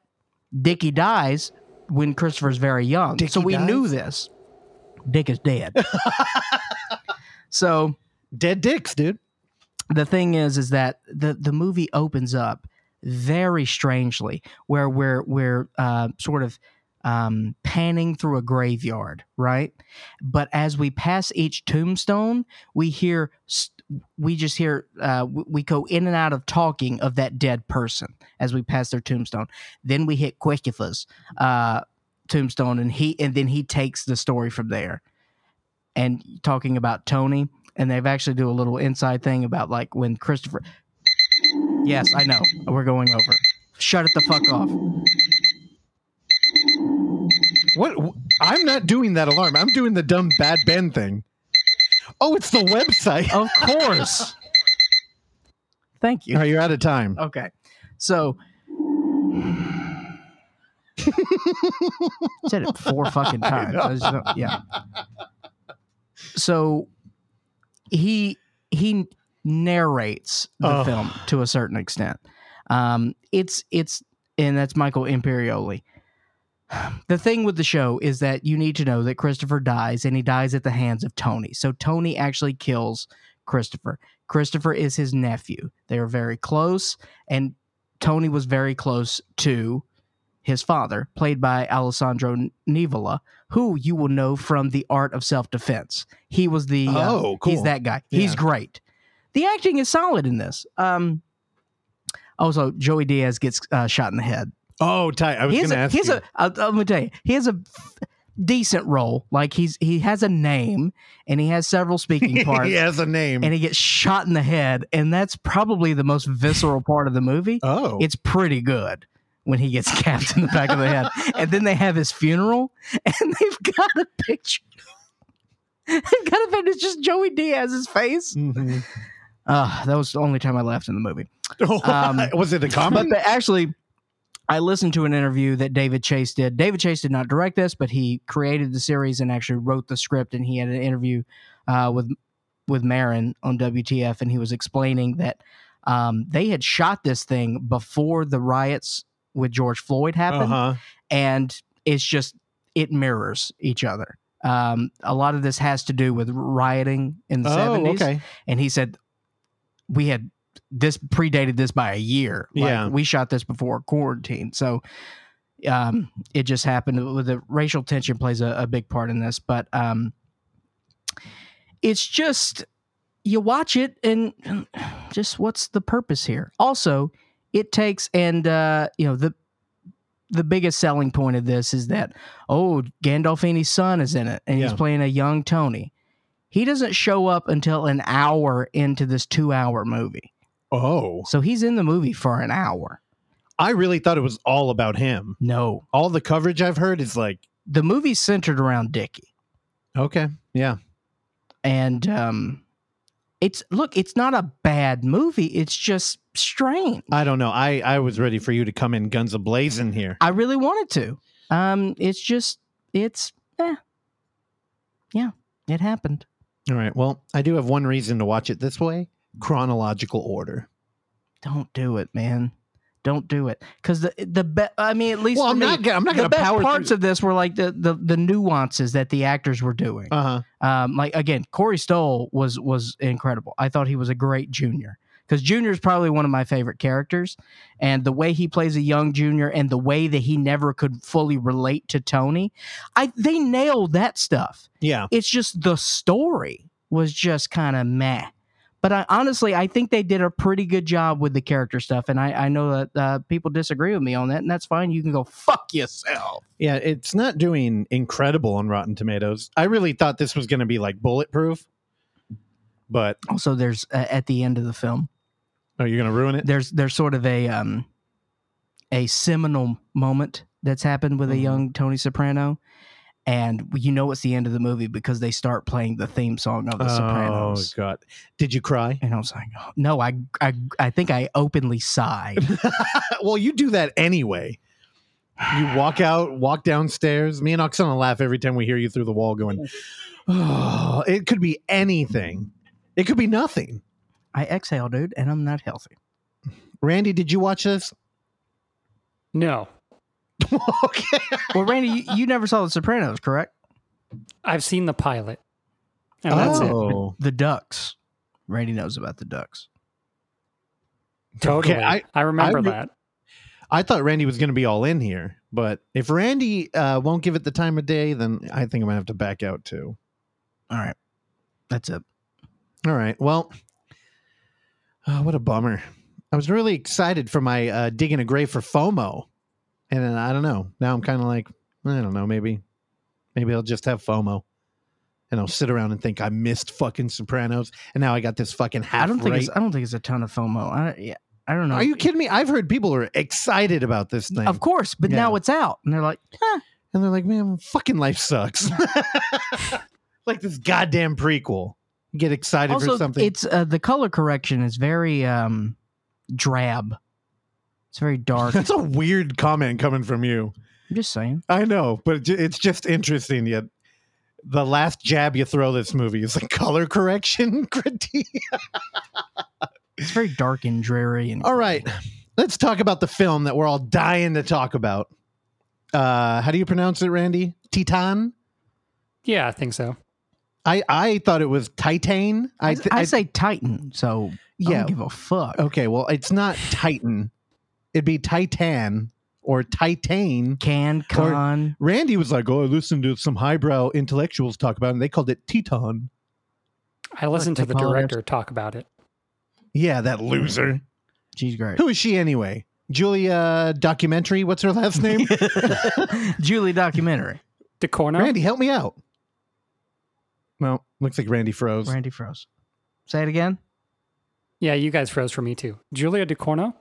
A: Dickie dies when Christopher's very young, so
B: Dickie
A: we knew
B: dies?
A: this. Dick is dead. so
B: dead dicks, dude.
A: The thing is, is that the the movie opens up very strangely, where we're we're uh, sort of um, panning through a graveyard, right? But as we pass each tombstone, we hear st- we just hear uh, w- we go in and out of talking of that dead person as we pass their tombstone. Then we hit Quickifa's uh, tombstone, and he and then he takes the story from there and talking about Tony. And they've actually do a little inside thing about like when Christopher. Yes, I know we're going over. Shut it the fuck off.
B: What? I'm not doing that alarm. I'm doing the dumb bad Ben thing. Oh, it's the website.
A: Of course. Thank you.
B: All right, you're out of time.
A: Okay. So said it four fucking
B: I
A: times.
B: know.
A: I just don't- yeah. So he he narrates the
B: Oh.
A: film to a certain extent. Um, it's it's and that's Michael Imperioli. The thing with the show is that you need to know that Christopher dies and he dies at the hands of Tony. So Tony actually kills Christopher. Christopher is his nephew. They are very close, and Tony was very close to his father, played by Alessandro Nivola, who you will know from The Art of Self Defense. He was the uh,
B: Oh, cool.
A: he's that guy. He's
B: Yeah.
A: great. The acting is solid in this. Um, also, Joey Diaz gets uh, shot in the head.
B: Oh, tight. I was
A: He
B: going
A: has
B: to
A: a,
B: ask
A: he has
B: you.
A: a uh, I- I'm gonna tell you, he has a decent role. Like he's he has a name and he has several speaking parts
B: he has a name.
A: and he gets shot in the head, and that's probably the most visceral part of the movie.
B: Oh.
A: it's pretty good when he gets capped in the back of the head, and then they have his funeral, and they've got a picture. They've got a picture. It's just Joey Diaz's face.
B: Mhm.
A: Ah, that was the only time I laughed in the movie. Um,
B: was it a
A: But
B: comment?
A: they- actually, I listened to an interview that David Chase did. David Chase did not direct this, but he created the series and actually wrote the script. And he had an interview uh, with with Marin on WTF, and he was explaining that um, they had shot this thing before the riots with George Floyd happened,
B: Uh-huh.
A: and it's just it mirrors each other. Um, a lot of this has to do with rioting in the
B: Oh,
A: 70s
B: okay.
A: and he said we had this predated this by a year Like,
B: Yeah.
A: we shot this before quarantine so um it just happened with the racial tension plays a, a big part in this but um it's just you watch it and and just what's the purpose here also it takes and uh you know the the biggest selling point of this is that oh gandolfini's son is in it and he's
B: Yeah.
A: playing a young tony he doesn't show up until an hour into this two hour movie
B: Oh,
A: so he's in the movie for an hour
B: I really thought it was all about him.
A: no
B: All the coverage I've heard is like,
A: the movie's centered around dickie
B: okay, yeah.
A: and um it's look it's not a bad movie it's just strange
B: I don't know. I I was ready for you to come in guns a blazing here.
A: i really wanted to um it's just it's eh. yeah it happened
B: All right. Well, I do have one reason to watch it this way: chronological order.
A: don't do it man don't do it because the the be- i mean at least
B: Well,
A: for
B: I'm
A: me,
B: not gonna- I'm not
A: the
B: gonna
A: best
B: power
A: parts
B: through-
A: of this were like the, the the nuances that the actors were doing
B: Uh huh.
A: um like again corey stoll was was incredible i thought he was a great junior because junior is probably one of my favorite characters and the way he plays a young junior and the way that he never could fully relate to tony i they nailed that stuff
B: Yeah.
A: it's just the story was just kind of meh. But I honestly, I think they did a pretty good job with the character stuff, and I, I know that uh, people disagree with me on that, and that's fine. You can go fuck yourself.
B: Yeah, it's not doing incredible on Rotten Tomatoes. I really thought this was going to be like bulletproof, but
A: Also, there's uh, at the end of the film,
B: oh, you're going to ruin it.
A: there's there's sort of a um a seminal moment that's happened with a
B: Mhm.
A: young Tony Soprano, and you know it's the end of the movie because they start playing the theme song of The Sopranos.
B: Oh God! Did you cry?
A: And I was like, oh, no, I, I, I think I openly sighed.
B: well, you do that anyway. You walk out, walk downstairs. Me and Oksana laugh every time we hear you through the wall going, oh, it could be anything. It could be nothing.
A: I exhale, dude, and I'm not healthy.
B: Randy, did you watch this?
C: No.
B: okay.
A: Well, Randy, you, you never saw The Sopranos, correct?
C: I've seen the pilot.
B: Oh.
C: And
A: that's
C: that's
A: it.
C: it.
A: The, the ducks. Randy knows about the ducks.
C: Totally.
B: Okay,
C: I, remember
B: I re-
C: that.
B: I thought Randy was going to be all in here, but if Randy uh, won't give it the time of day, then I think I'm going to have to back out too.
A: All right. That's it.
B: All right. Well, uh, what a bummer. I was really excited for my uh, digging a grave for FOMO, and then I don't know. Now I'm kind of like I don't know. Maybe, maybe I'll just have FOMO, and I'll sit around and think I missed fucking Sopranos, and now I got this fucking half.
A: I don't think
B: right.
A: it's I don't think it's a ton of FOMO. I yeah, I don't know.
B: Are you kidding me? I've heard people are excited about this thing.
A: Of course, but
B: Yeah.
A: now it's out, and they're like, huh.
B: and they're like, man, fucking life sucks. like this goddamn prequel. Get excited
A: also,
B: for something.
A: it's uh, the color correction is very um drab. It's very dark. I'm
B: That's a weird comment coming from you.
A: just saying.
B: I know, but it ju- it's just interesting. Yet the last jab you throw this movie is like color correction critique.
A: It's very dark and dreary and
B: all right, let's talk about the film that we're all dying to talk about. Uh, how do you pronounce it, Randy? Titan.
C: Yeah, I think so.
B: I I thought it was Titan.
A: I,
B: th-
A: I say Titan, so yeah. I
B: Yeah.
A: don't give a fuck.
B: Okay, well, it's not Titan. It'd be Titan or Titan.
A: Can con
B: Randy was like, "Oh, I listened to some highbrow intellectuals talk about it, and they called it Teton."
C: I listened to
A: they
C: the
A: call it-
C: director talk about it.
B: Yeah, that loser.
A: she's great.
B: Who is she anyway? Julia documentary. What's her last name?
A: Julie documentary.
C: DeCorno?
B: Randy, help me out. No, looks like Randy froze.
A: Randy froze. Say it again.
C: Yeah, you guys froze for me too. Julia DeCorno?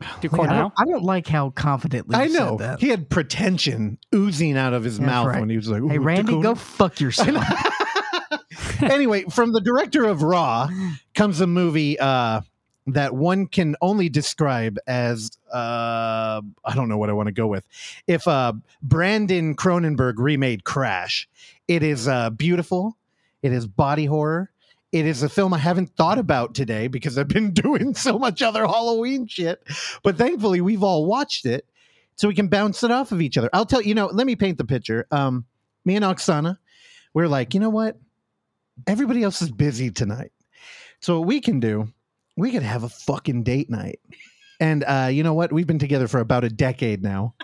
A: Wait, I,
C: DeCorno?
A: don't, I don't like how confidently you
B: I
A: Said
B: know
A: that.
B: he had pretension oozing out of his
A: That's
B: mouth
A: right.
B: when he was like,
A: Hey
B: "Ooh,
A: Randy,
B: Dakota."
A: go fuck yourself.
B: anyway, from the director of Raw comes a movie uh, that one can only describe as uh, I don't know what I want to go with. If uh, Brandon Cronenberg remade Crash, it is uh, beautiful. It is body horror. It is a film I haven't thought about today because I've been doing so much other Halloween shit. But thankfully, we've all watched it, so we can bounce it off of each other. I'll tell you know. Let me paint the picture. Um, me and Oksana, we're like, you know what? everybody else is busy tonight. So what we can do, we can have a fucking date night. And uh, you know what? We've been together for about a decade now.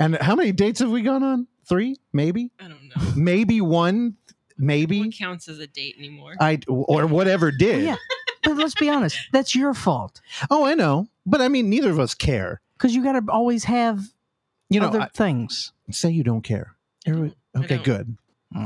B: And how many dates have we gone on? Three, maybe,
D: I don't know.
B: maybe one,
D: What
B: maybe
D: counts as a date anymore?
B: I or whatever did.
A: yeah, but let's be honest, that's your fault
B: Oh, I know, but I mean, neither of us care.
A: because you got to always have
B: You know,
A: other
B: I- things.
A: things.
B: say you don't care. Everybody-
D: I
B: okay,
D: don't.
B: good.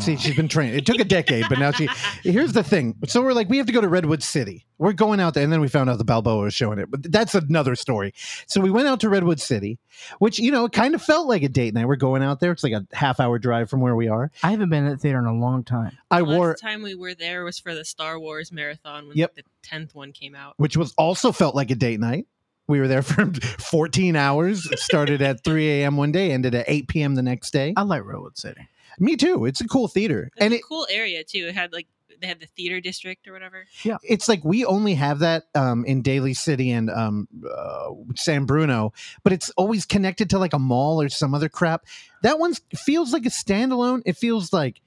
B: See,
A: Mm.
B: she's been trained. It took a decade, but now she. Here's the thing. So we're like, we have to go to Redwood City. We're going out there, and then we found out the Balboa was showing it. But that's another story. So we went out to Redwood City, which you know, it kind of felt like a date night. We're going out there. It's like a half hour drive from where we are.
A: I haven't been at the theater in a long time.
B: I
D: The Last
B: wore,
D: time we were there was for the Star Wars marathon when
B: Yep.
D: like, the tenth one came out.
B: which was also felt like a date night. We were there for 14 hours. It started at 3 a.m. one day, ended at 8 p.m. the next day.
A: I like Redwood City.
B: Me too. It's a cool theater,
D: It's
B: and
D: a
B: it,
D: cool area too. It had like they had the theater district or whatever.
B: it's like we only have that um, in Daly City and um, uh, San Bruno, but it's always connected to like a mall or some other crap. That one feels like a standalone. It feels like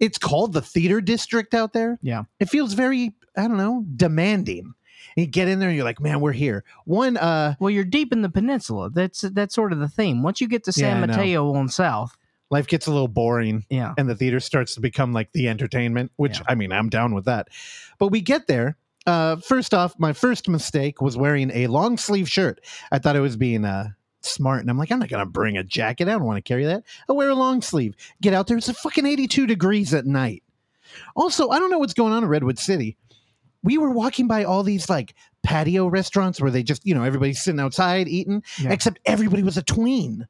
B: it's called the theater district out there.
A: Yeah.
B: It feels very, I don't know, demanding. You get in there and you're like, man, we're here. One, uh,
A: Well, you're deep in the peninsula. That's that's sort of the theme. Once you get to
B: Yeah,
A: San
B: I know.
A: Mateo on south,
B: life gets a little boring.
A: yeah,
B: and the theater starts to become like the entertainment which
A: Yeah.
B: i mean i'm down with that but we get there uh first off my first mistake was wearing a long sleeve shirt i thought it was being uh smart and i'm like i'm not gonna bring a jacket i don't want to carry that i'll wear a long sleeve get out there it's a fucking 82 degrees at night also i don't know what's going on in redwood city we were walking by all these like patio restaurants where they just you know everybody's sitting outside eating
A: Yeah.
B: except everybody was a tween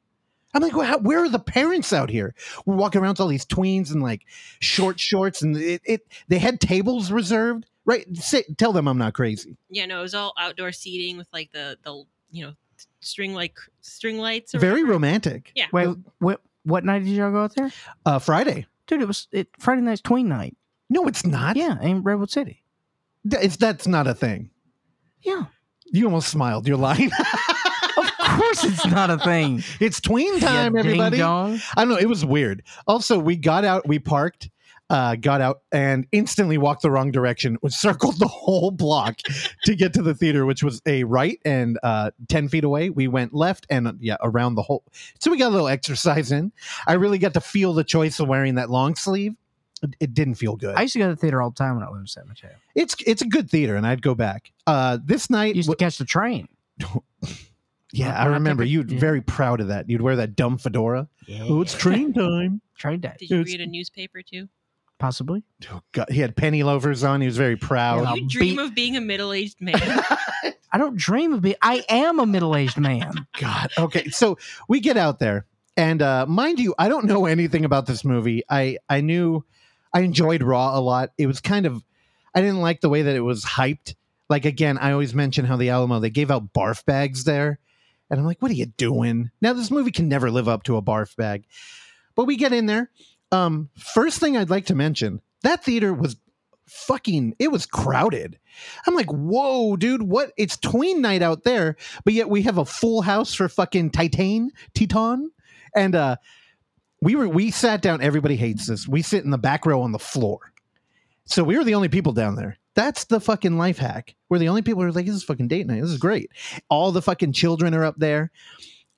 B: i'm like well, how, where are the parents out here we're walking around with all these tweens and like short shorts and it, it they had tables reserved right Sit, tell them i'm not crazy
D: Yeah, no, it was all outdoor seating with like the the you know string like string lights. Or
B: very
D: whatever.
B: romantic
D: Yeah.
A: Wait, what what night did y'all go out there,
B: uh friday
A: dude? It was it Friday night's tween night.
B: no it's not
A: Yeah, in Redwood City.
B: Th- it's that's not a thing
A: Yeah,
B: you almost smiled you're lying
A: of course it's not a thing.
B: it's tween time,
A: ding
B: everybody.
A: dong.
B: I don't know. It was weird. Also, we got out, we parked, uh, got out, and instantly walked the wrong direction, which circled the whole block to get to the theater, which was a right and uh, 10 feet away. We went left and, uh, yeah, around the whole. So we got a little exercise in. I really got to feel the choice of wearing that long sleeve. It, it didn't feel good.
A: I used to go to the theater all the time when I lived in San Mateo.
B: it's it's a good theater, and I'd go back. Uh, this night,
A: Used to catch the train.
B: yeah,
A: Well,
B: I
A: I
B: remember
A: think it-
B: you'd
A: yeah.
B: very proud of that. You'd wear that dumb fedora.
A: Yeah.
B: Oh, it's train time.
A: Train day.
D: Did you
B: It's-
D: read a newspaper too?
A: Possibly.
B: Oh, God. He had penny loafers on. He was very proud.
A: I'll
D: You dream
A: beat-
D: of being a middle-aged man.
A: I don't dream of being. I am a middle aged man.
B: God. Okay. So we get out there, and uh, mind you, I don't know anything about this movie. I I knew I enjoyed Raw a lot. It was kind of I didn't like the way that it was hyped. Like again, I always mention how the Alamo they gave out barf bags there, and I'm like, what are you doing? Now this movie can never live up to a barf bag. But we get in there. Um, first thing I'd like to mention that theater was fucking it was crowded. I'm like, whoa, dude, what? It's tween night out there, but yet we have a full house for fucking Titan, Titan, and uh, we were we sat down. Everybody hates this. We sit in the back row on the floor, so we were the only people down there. That's the fucking life hack. We're the only people who are like, this is fucking date night. This is great. All the fucking children are up there.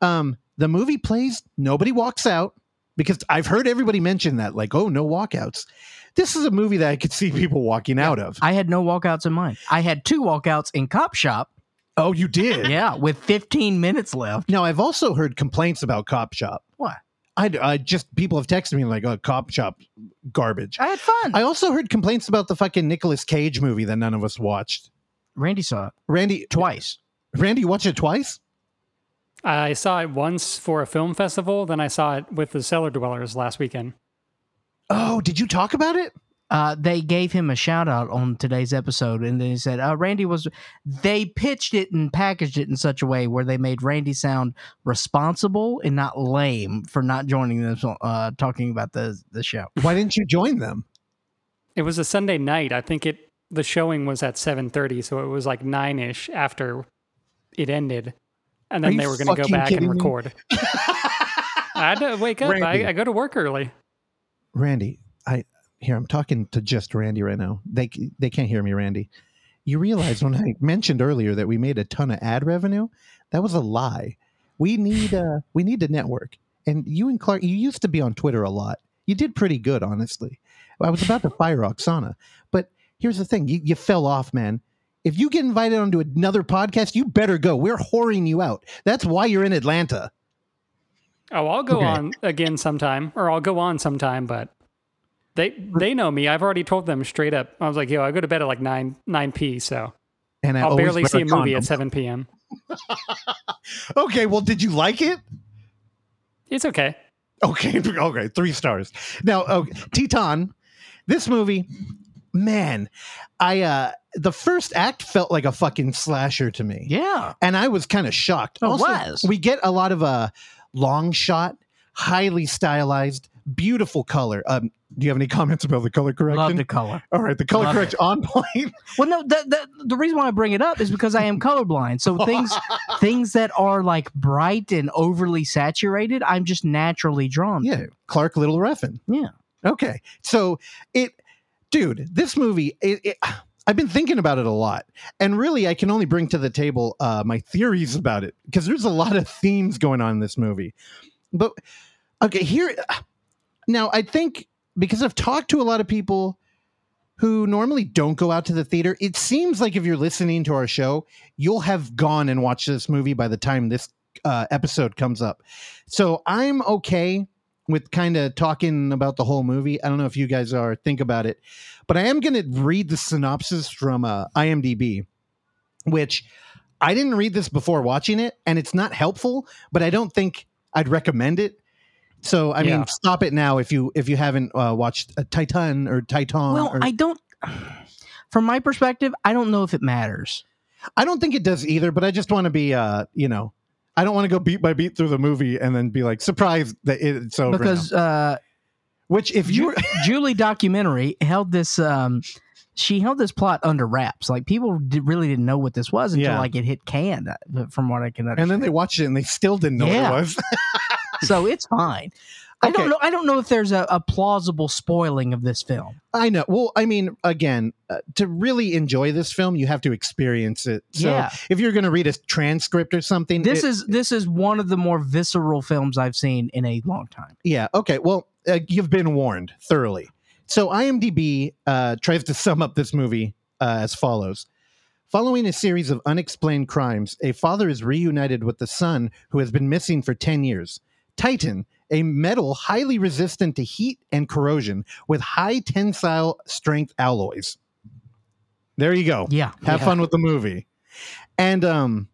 B: Um, the movie plays. Nobody walks out because I've heard everybody mention that, like, oh, no walkouts. This is a movie that I could see people walking out of.
A: I had no walkouts in mind. I had two walkouts in Cop Shop.
B: Oh, you did?
A: Yeah, with 15 minutes left.
B: Now, I've also heard complaints about Cop Shop.
A: What?
B: I, I just, people have texted me like, oh, Cop Shop, garbage.
A: I had fun.
B: I also heard complaints about the fucking Nicolas Cage movie that none of us watched.
A: Randy saw it
B: Randy,
A: twice.
B: Randy, you watched it twice?
C: I saw it once for a film festival, then I saw it with the Cellar Dwellers last weekend.
B: Oh, did you talk about it?
A: Uh, they gave him a shout out on today's episode, and they said uh, Randy was. They pitched it and packaged it in such a way where they made Randy sound responsible and not lame for not joining them uh, talking about the the show.
B: Why didn't you join them?
C: It was a Sunday night. I think it the showing was at 7:30, so it was like 9ish after it ended. And
B: Are
C: then
B: you
C: they were going to go
B: fucking
C: back and
B: kidding me?
C: record. I had to wake up.
B: Randy.
C: I, I go to work early.
B: Randy, I here I'm talking to just Randy right now. They c- they can't hear me, Randy. You realize when I mentioned earlier that we made a ton of ad revenue, that was a lie. We need uh we need to network. And you and Clark, you used to be on Twitter a lot. You did pretty good, honestly. I was about to fire Oksana, but here's the thing: you, you fell off, man. If you get invited onto another podcast, you better go. We're whoring you out. That's why you're in Atlanta.
C: Oh, I'll go
B: Okay.
C: on again sometime, or I'll go on sometime. But they they know me. I've already told them straight up. I was like, yo, I go to bed at like nine nine p. So
B: And I
C: I'll
B: always
C: barely
B: wear
C: see a movie
B: condom.
C: at seven p.m.
B: Okay, well, did you like it?
C: It's okay.
B: Okay, okay, three stars. Now, okay, Teton, this movie, man, I uh the first act felt like a fucking slasher to me.
A: Yeah,
B: And I was kind of shocked.
A: It was.
B: We get a lot of uh long shot, highly stylized, beautiful color. Um, do you have any comments about the color correction?
A: love the color.
B: All right, the color
A: love
B: correction on point.
A: Well, no, the, the the reason why I bring it up is because I am colorblind. So things things that are like bright and overly saturated, I'm just naturally drawn
B: yeah,
A: to.
B: Clark Little Reffin.
A: Yeah.
B: Okay. So it, dude, this movie, it, it, I've been thinking about it a lot. And really, I can only bring to the table uh, my theories about it because there's a lot of themes going on in this movie. But okay, here, now I think because I've talked to a lot of people who normally don't go out to the theater, it seems like if you're listening to our show, you'll have gone and watched this movie by the time this uh, episode comes up. So I'm okay with kind of talking about the whole movie. I don't know if you guys are think about it, but I am going to read the synopsis from uh, IMDb, which I didn't read this before watching it, and it's not helpful. But I don't think I'd recommend it. So I
C: Yeah.
B: mean, stop it now if you if you haven't uh, watched uh, Titan or Titan.
A: Well,
B: or,
A: I don't. From my perspective, I don't know if it matters.
B: I don't think it does either, but I just want to be, uh, you know, I don't want to go beat by beat through the movie and then be like surprised that it's over. now.
A: because uh,
B: which Oh, if you
A: Ju- Julie documentary held this um, she held this plot under wraps. Like people di- really didn't know what this was until
B: Yeah.
A: like it hit can, uh, from what I can understand.
B: And then they watched it and they still didn't know
A: Yeah.
B: what it was.
A: so it's fine. I don't know. I don't know if there's a, a plausible spoiling of this film.
B: I know. Well, I mean, again, uh, to really enjoy this film, you have to experience it. So
A: Yeah.
B: if you're going to read a transcript or something,
A: This
B: is.
A: is this is one of the more visceral films I've seen in a long time.
B: Yeah. Okay. Well, uh, you've been warned thoroughly. So IMDb uh, tries to sum up this movie uh, as follows. Following a series of unexplained crimes, a father is reunited with the son who has been missing for 10 years. Titan, a metal highly resistant to heat and corrosion with high tensile strength alloys. There you go.
A: Yeah.
B: Have
A: Yeah.
B: fun with the movie. And um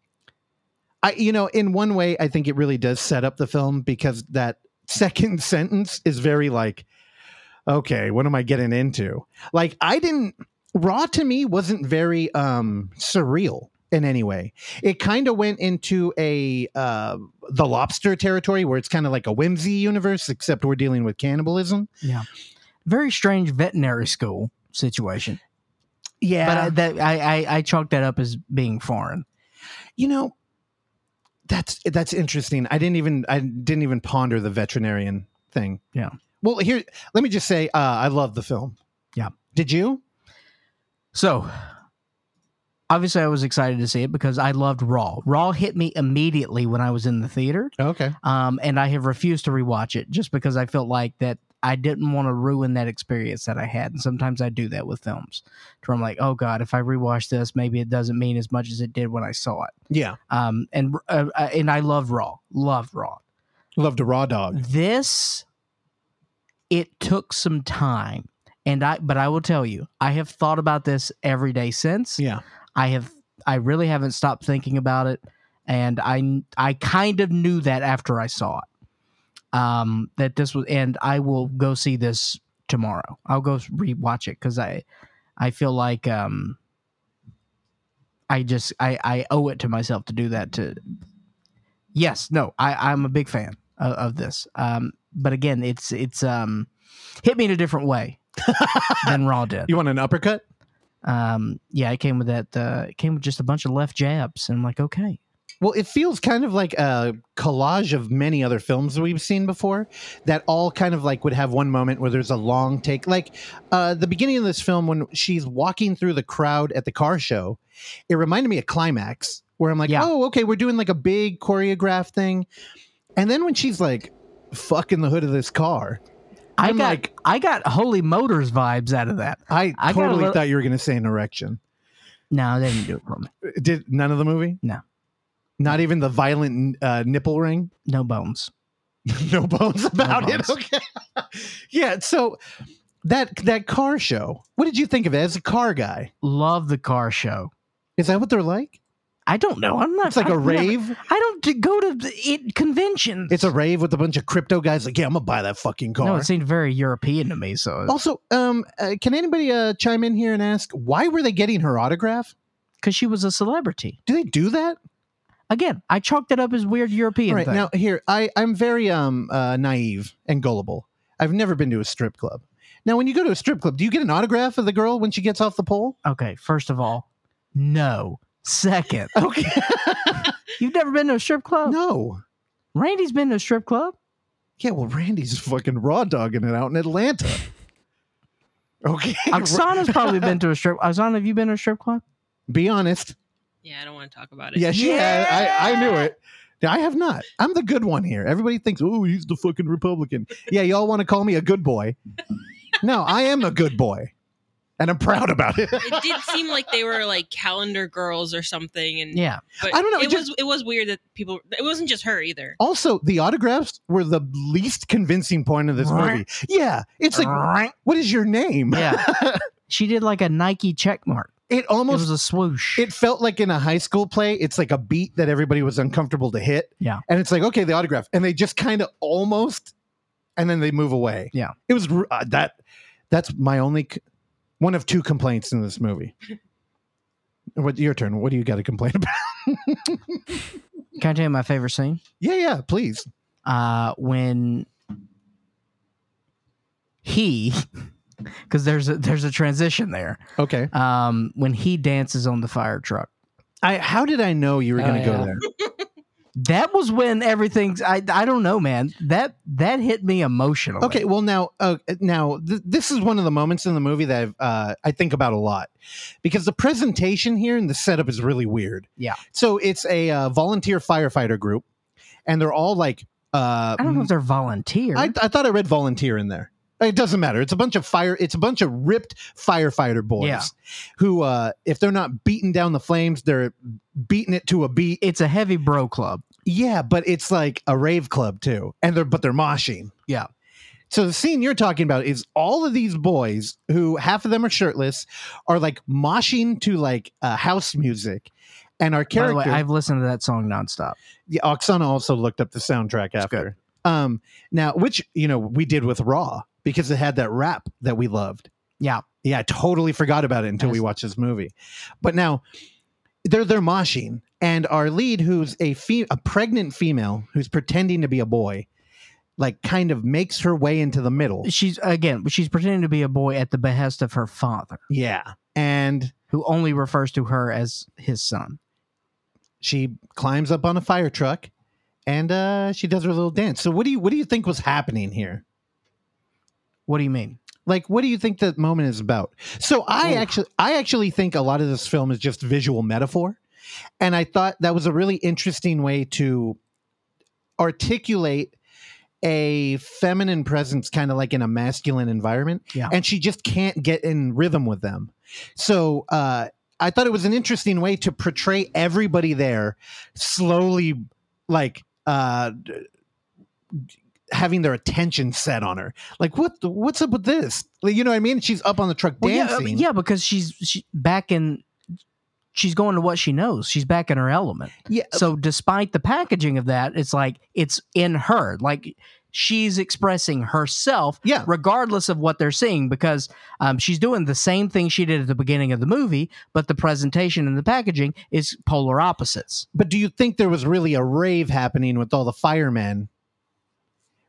B: I you know, in one way I think it really does set up the film because that second sentence is very like okay, what am I getting into? Like I didn't Raw to me wasn't very um surreal in any way. It kind of went into a uh the lobster territory where it's kind of like a whimsy universe except we're dealing with cannibalism.
A: Yeah. Very strange veterinary school situation.
B: Yeah.
A: But I, that I, I I chalk that up as being foreign.
B: you know that's that's interesting i didn't even i didn't even ponder the veterinarian thing
A: Yeah.
B: well here let me just say uh, i love the film
A: Yeah.
B: did you
A: So obviously I was excited to see it because I loved Raw. Raw hit me immediately when I was in the theater.
B: okay
A: Um, and I have refused to rewatch it just because I felt like that I didn't want to ruin that experience that I had. And sometimes I do that with films, to where I'm like, oh God, if I rewatch this, maybe it doesn't mean as much as it did when I saw it.
B: yeah
A: Um, and uh, uh, and I love Raw, love Raw.
B: loved a raw dog
A: This it took some time, and I but I will tell you, I have thought about this every day since.
B: yeah
A: I have I really haven't stopped thinking about it and I I kind of knew that after I saw it. Um that this was and I will go see this tomorrow. I'll go rewatch it cuz I I feel like um I just I I owe it to myself to do that to Yes, no. I I'm a big fan of, of this. Um but again, it's it's um hit me in a different way than Raw did.
B: you want an uppercut
A: Um, yeah, it came with that. Uh, it came with just a bunch of left jabs, and I'm like, okay,
B: well it feels kind of like a collage of many other films we've seen before that all kind of like would have one moment where there's a long take like uh the beginning of this film when she's walking through the crowd at the car show it reminded me of climax where i'm like
A: Yeah.
B: oh okay we're doing like a big choreographed thing and then when she's like fucking the hood of this car
A: I
B: I'm
A: got
B: like-
A: I got Holy Motors vibes out of that.
B: i,
A: I got a
B: totally
A: little-
B: thought you were going to say an erection
A: No, they didn't do it for me.
B: did none of the movie
A: No.
B: not even the violent uh, nipple ring
A: No bones.
B: no bones about
A: bones.
B: it. Okay. yeah. So that that car show. What did you think of it as a car guy?
A: Love the car show.
B: Is that what they're like?
A: I don't know. I'm not.
B: It's like
A: a
B: a rave.
A: I don't d- go to the- it, conventions.
B: It's a rave with a bunch of crypto guys. Like, yeah, I'm gonna buy that fucking car.
A: no. It seemed very European to me. So
B: also, um, uh, can anybody uh, chime in here and ask why were they getting her autograph?
A: because she was a celebrity
B: Do they do that?
A: again, I chalked it up as weird European.
B: All right
A: thing.
B: now, here I I'm very um uh, naive and gullible. I've never been to a strip club. Now, when you go to a strip club, do you get an autograph of the girl when she gets off the pole?
A: okay. First of all, no. Second,
B: Okay.
A: you've never been to a strip club.
B: no.
A: Randy's been to a strip club.
B: Yeah, well, Randy's fucking raw dogging it out in Atlanta. Okay.
A: Oksana's probably been to a strip. Oksana, have you been to a strip club?
B: Be honest.
D: Yeah, I don't want to talk about it.
B: Yeah, she has. I, I knew it. Yeah, I have not. I'm the good one here. Everybody thinks, oh, he's the fucking Republican. Yeah, y'all want to call me a good boy. No, I am a good boy. And I'm proud about it.
D: It did seem like they were like calendar girls or something, and
A: Yeah.
D: but
B: I don't know,
D: It
B: it just-
D: was it was weird that people. It wasn't just her either.
B: Also, the autographs were the least convincing point of this movie. Yeah, it's like, what is your name?
A: Yeah. she did like a Nike check mark.
B: It
A: It
B: almost
A: was a swoosh.
B: it felt like in a high school play, it's like a beat that everybody was uncomfortable to hit.
A: Yeah.
B: And it's like, okay, the autograph. And they just kind of almost, and then they move away.
A: Yeah.
B: It was r- uh, that, that's my only, c- one of two complaints in this movie. what Your turn. What do you got to complain about?
A: Can I tell you my favorite scene?
B: Yeah, yeah, please.
A: Uh, when he because there's a, there's a transition there.
B: Okay.
A: Um, when he dances on the fire truck,
B: I how did I know you were going to go there?
A: That was when everything's. I I don't know, man. That that hit me emotionally.
B: Okay, well now, uh, now th- this is one of the moments in the movie that I've, uh, I think about a lot because the presentation here and the setup is really weird.
A: Yeah.
B: So it's a uh, volunteer firefighter group, and they're all like, uh,
A: I don't know if they're volunteer.
B: I, I thought I read volunteer in there. It doesn't matter. It's a bunch of fire. It's a bunch of ripped firefighter boys
A: Yeah.
B: who, uh, if they're not beating down the flames, they're beating it to a beat.
A: It's a heavy bro club.
B: Yeah, but it's like a rave club too, and they're but they're moshing.
A: Yeah.
B: So the scene you're talking about is all of these boys who half of them are shirtless are like moshing to like uh, house music, and our
A: By the
B: character
A: way, I've listened to that song nonstop.
B: yeah, Oksana also looked up the soundtrack after. Um, now, which you know we did with Raw because it had that rap that we loved.
A: Yeah.
B: Yeah, I totally forgot about it until we watched this movie. But now they're they're moshing, and our lead, who's a fe- a pregnant female who's pretending to be a boy, like kind of makes her way into the middle.
A: She's again, she's pretending to be a boy at the behest of her father,
B: Yeah, and
A: who only refers to her as his son.
B: she climbs up on a fire truck, and uh, she does her little dance. So what do you what do you think was happening here?
A: What do you mean?
B: like what do you think that moment is about so i actually i actually think a lot of this film is just visual metaphor and i thought that was a really interesting way to articulate a feminine presence kind of like in a masculine environment
A: Yeah.
B: and she just can't get in rhythm with them so uh i thought it was an interesting way to portray everybody there slowly like uh having their attention set on her. Like, what? the- What's up with this? Like, you know what I mean? She's up on the truck
A: Well, yeah, I
B: dancing.
A: mean, yeah, because she's she, back in. She's going to what she knows. She's back in her element.
B: Yeah.
A: So despite the packaging of that, it's like it's in her. Like she's expressing herself,
B: Yeah.
A: regardless of what they're seeing, because um, she's doing the same thing she did at the beginning of the movie, but the presentation and the packaging is polar opposites.
B: But do you think there was really a rave happening with all the firemen?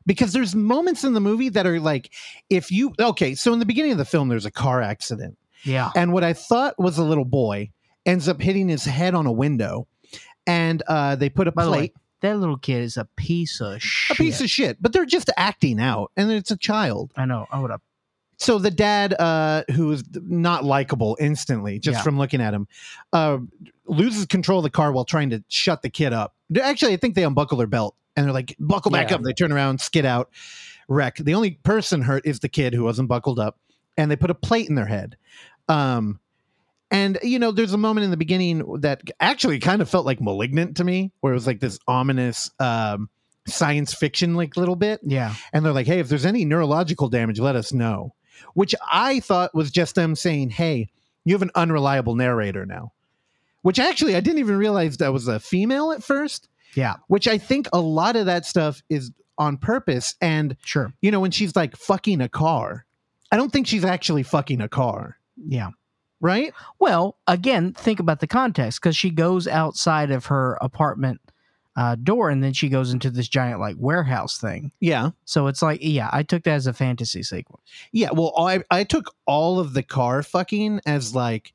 B: Because there's moments in the movie that are like, if you okay, so in the beginning of the film, there's a car accident,
A: Yeah.
B: and what I thought was a little boy ends up hitting his head on a window, and uh, they put a
A: By the way,
B: plate,
A: that little kid is a piece of shit.
B: a piece of shit, but they're just acting out, and it's a child.
A: I know. I would have.
B: so the dad uh who's not likable instantly just
A: Yeah.
B: from looking at him uh loses control of the car while trying to shut the kid up actually i think they unbuckle their belt and they're like buckle back
C: Yeah.
B: up they turn around skid out wreck the only person hurt is the kid who wasn't buckled up and they put a plate in their head um and you know there's a moment in the beginning that actually kind of felt like malignant to me where it was like this ominous um science fiction like little bit
A: Yeah.
B: and they're like, "Hey, if there's any neurological damage, let us know." Which I thought was just them saying, "Hey, you have an unreliable narrator now." Which actually, I didn't even realize that was a female at first.
A: Yeah.
B: Which I think a lot of that stuff is on purpose. And
A: Sure.
B: you know, when she's like fucking a car, I don't think she's actually fucking a car,
A: Yeah.
B: right?
A: Well, again, think about the context because she goes outside of her apartment uh, door and then she goes into this giant like warehouse thing.
B: Yeah.
A: So it's like, yeah, I took that as a fantasy sequence.
B: Yeah. Well, I I took all of the car fucking as like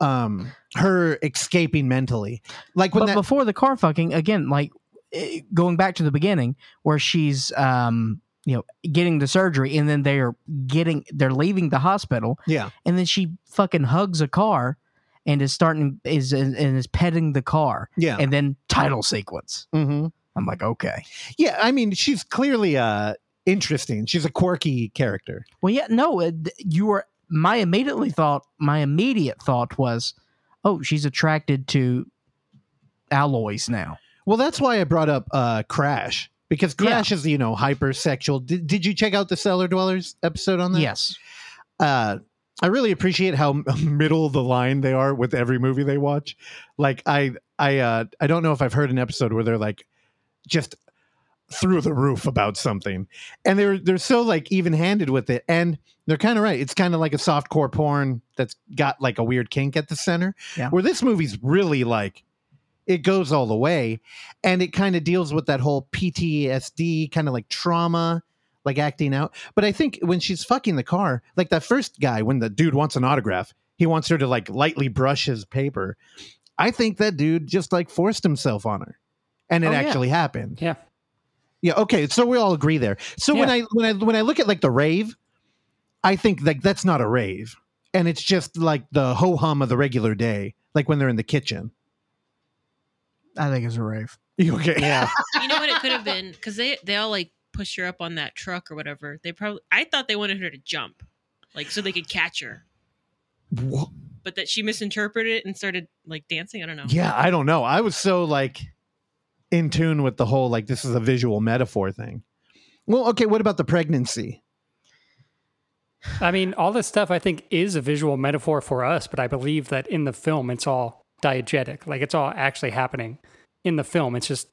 B: um her escaping mentally like when
A: But
B: that
A: before the car fucking, again, like eh, going back to the beginning where she's, um, you know, getting the surgery and then they are getting, they're leaving the hospital
B: yeah
A: and then she fucking hugs a car and is starting, is, and is petting the car
B: yeah
A: and then title sequence.
B: mm-hmm.
A: I'm like, okay.
B: Yeah, I mean, she's clearly uh interesting. She's a quirky character.
A: Well, yeah, no, uh, th- you were. My immediately thought, my immediate thought was, oh, she's attracted to alloys now.
B: Well, that's why I brought up uh Crash because
A: Yeah.
B: Crash is, you know, hypersexual. Did, did you check out the Cellar Dwellers episode on that?
A: Yes,
B: Uh I really appreciate how middle of the line they are with every movie they watch. Like I I uh I don't know if I've heard an episode where they're like just through the roof about something. And they're they're so like even-handed with it and they're kind of right. It's kind of like a soft core porn that's got like a weird kink at the center.
A: Yeah.
B: Where this movie's really like it goes all the way and it kind of deals with that whole PTSD kind of like trauma like acting out. But I think when she's fucking the car, like that first guy, when the dude wants an autograph, he wants her to like lightly brush his paper. I think that dude just like forced himself on her, and it
C: Oh, yeah.
B: actually happened.
C: Yeah.
B: Yeah. Okay. So we all agree there. So when I when I when I look at like the rave, I think like that's not a rave, and it's just like the ho hum of the regular day, like when they're in the kitchen.
A: I think it's a rave.
B: You okay?
A: Yeah.
D: you know what it could have been because they they all like push her up on that truck or whatever. They probably I thought they wanted her to jump, like so they could catch her,
B: Wha-
D: but that she misinterpreted it and started like dancing. I don't know.
B: Yeah, I don't know. I was so like in tune with the whole like this is a visual metaphor thing. Well, okay, what about the pregnancy?
C: I mean, all this stuff I think is a visual metaphor for us, but I believe that in the film it's all diegetic. Like it's all actually happening in the film. It's just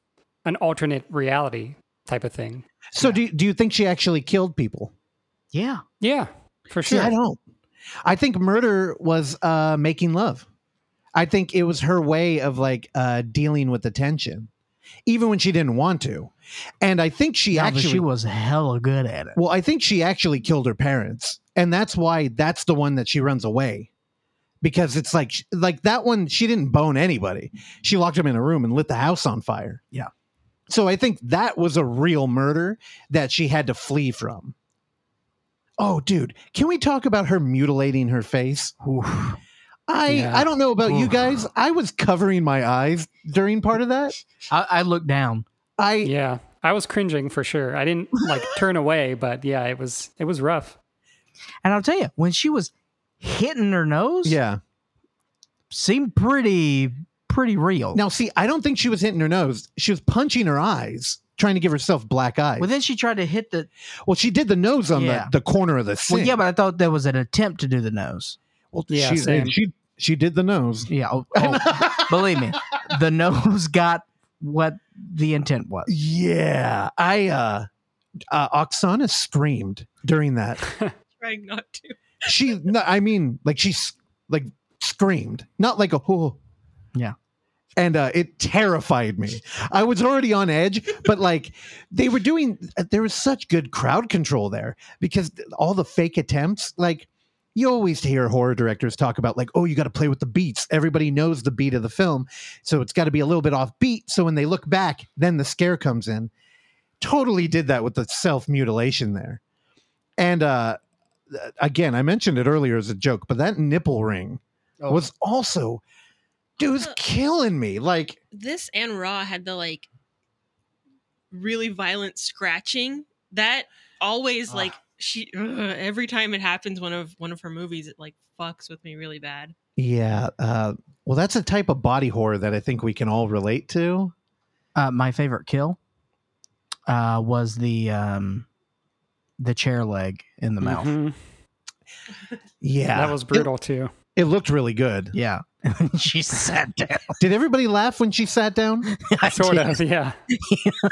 C: an alternate reality type of thing.
B: So do do you think she actually killed people?
A: Yeah.
C: Yeah, for
B: See,
C: sure.
B: I don't. I think murder was uh making love. I think it was her way of like uh dealing with the tension even when she didn't want to. And I think she
A: Yeah, but
B: actually
A: she was hella good at it.
B: Well, I think she actually killed her parents, and that's why that's the one that she runs away because it's like like that one she didn't bone anybody. She locked him in a room and lit the house on fire.
A: Yeah.
B: So I think that was a real murder that she had to flee from. Oh, dude, can we talk about her mutilating her face? I
A: Yeah.
B: I don't know about you
A: Oof.
B: guys. I was covering my eyes during part of that.
A: I, I looked down.
B: I
C: yeah. I was cringing for sure. I didn't like turn away, but yeah, it was it was rough.
A: And I'll tell you, when she was hitting her nose,
B: yeah.
A: seemed pretty pretty real.
B: Now, see, I don't think she was hitting her nose. She was punching her eyes, trying to give herself black eyes.
A: well, then she tried to hit the.
B: Well, she did the nose on
A: Yeah.
B: the, the corner of the sink.
A: Well, yeah, but I thought there was an attempt to do the nose.
B: well,
C: Yeah,
B: she,
C: same.
B: she she did the nose.
A: Yeah, oh, oh, believe me, the nose got what the intent was.
B: Yeah, I uh, uh Oksana screamed during that.
D: Trying not to.
B: She, no, I mean, like she s- like screamed, not like a oh.
A: Yeah.
B: And uh, it terrified me. I was already on edge, but like they were doing, uh, there was such good crowd control there because all the fake attempts, like you always hear horror directors talk about like oh you got to play with the beats everybody knows the beat of the film so it's got to be a little bit off beat so when they look back then the scare comes in totally did that with the self mutilation there and uh again i mentioned it earlier as a joke but that nipple ring
A: Oh.
B: was also dude was killing me like
D: This and Raw had the like really violent scratching that always
A: Ah.
D: like she ugh, every time it happens one of one of her movies it like fucks with me really bad.
B: yeah uh well that's a type of body horror that i think we can all relate to
A: Uh, my favorite kill uh, was the um, the chair leg in the
B: Mm-hmm.
A: mouth.
C: Mhm.
B: yeah
C: That was
B: It-
C: brutal too.
B: it looked really good
A: Yeah, she sat down.
B: did everybody laugh when she sat down
A: I
C: Sort
A: did.
C: of, yeah.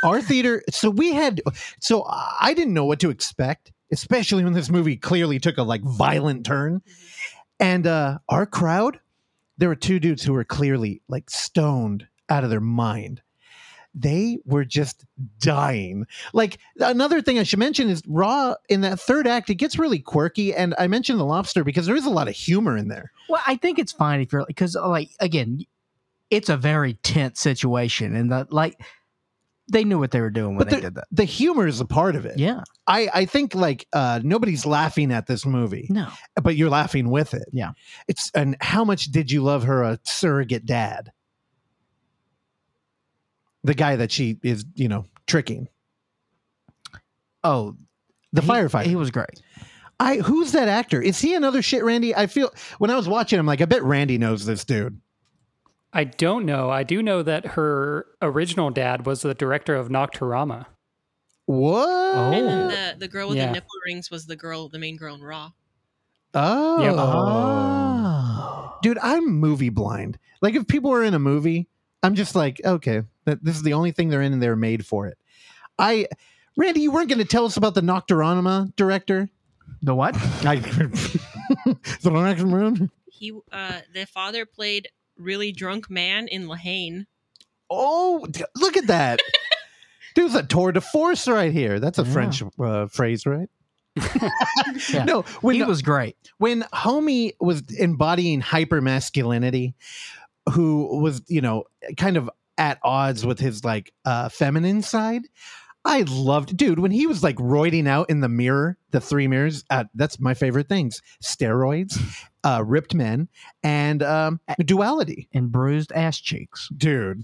B: our theater so we had so i didn't know what to expect especially when this movie clearly took a like violent turn and uh our crowd there were two dudes who were clearly like stoned out of their mind they were just dying like another thing i should mention is raw in that third act it gets really quirky and i mentioned the lobster because there is a lot of humor in there
A: Well, I think it's fine if you're because like again, it's a very tense situation, and the, like they knew what they were doing when
B: But eh,
A: they
B: the-
A: did that.
B: the humor is a part of it
A: Yeah,
B: i i think like uh nobody's laughing at this movie
A: no,
B: but you're laughing with it.
A: Yeah.
B: It's and how much did you love her a surrogate dad? The guy that she is, you know, tricking.
A: oh,
B: The
A: he-
B: firefighter.
A: he was great.
B: I who's that actor? Is he another shit Randy? I feel when I was watching I'm like I bet Randy knows this dude.
C: I don't know. I do know that her original dad was the director of Nocturama.
B: What?
D: And then
B: Oh.
D: the the girl with
C: Yeah.
D: the nipple rings was the girl, the main girl in Raw.
C: Yeah.
A: Oh,
B: Dude, I'm movie blind. Like if people are in a movie, I'm just like, okay, that this is the only thing they're in and they're made for it. I Randy, you weren't going to tell us about the Nocturonima director?
A: the what?
B: I, the next room.
D: He uh the father played really drunk man in Lahane.
B: Oh, d- look at that, There's a tour de force right here. That's a French uh, phrase, right? No, when
A: he was great.
B: When Homie was embodying hyper masculinity, who was, you know, kind of at odds with his like uh feminine side. I loved dude when he was like roiding out in the mirror, the three mirrors. Uh, that's my favorite things: steroids, uh, ripped men, and um, duality,
A: and bruised ass cheeks.
B: Dude,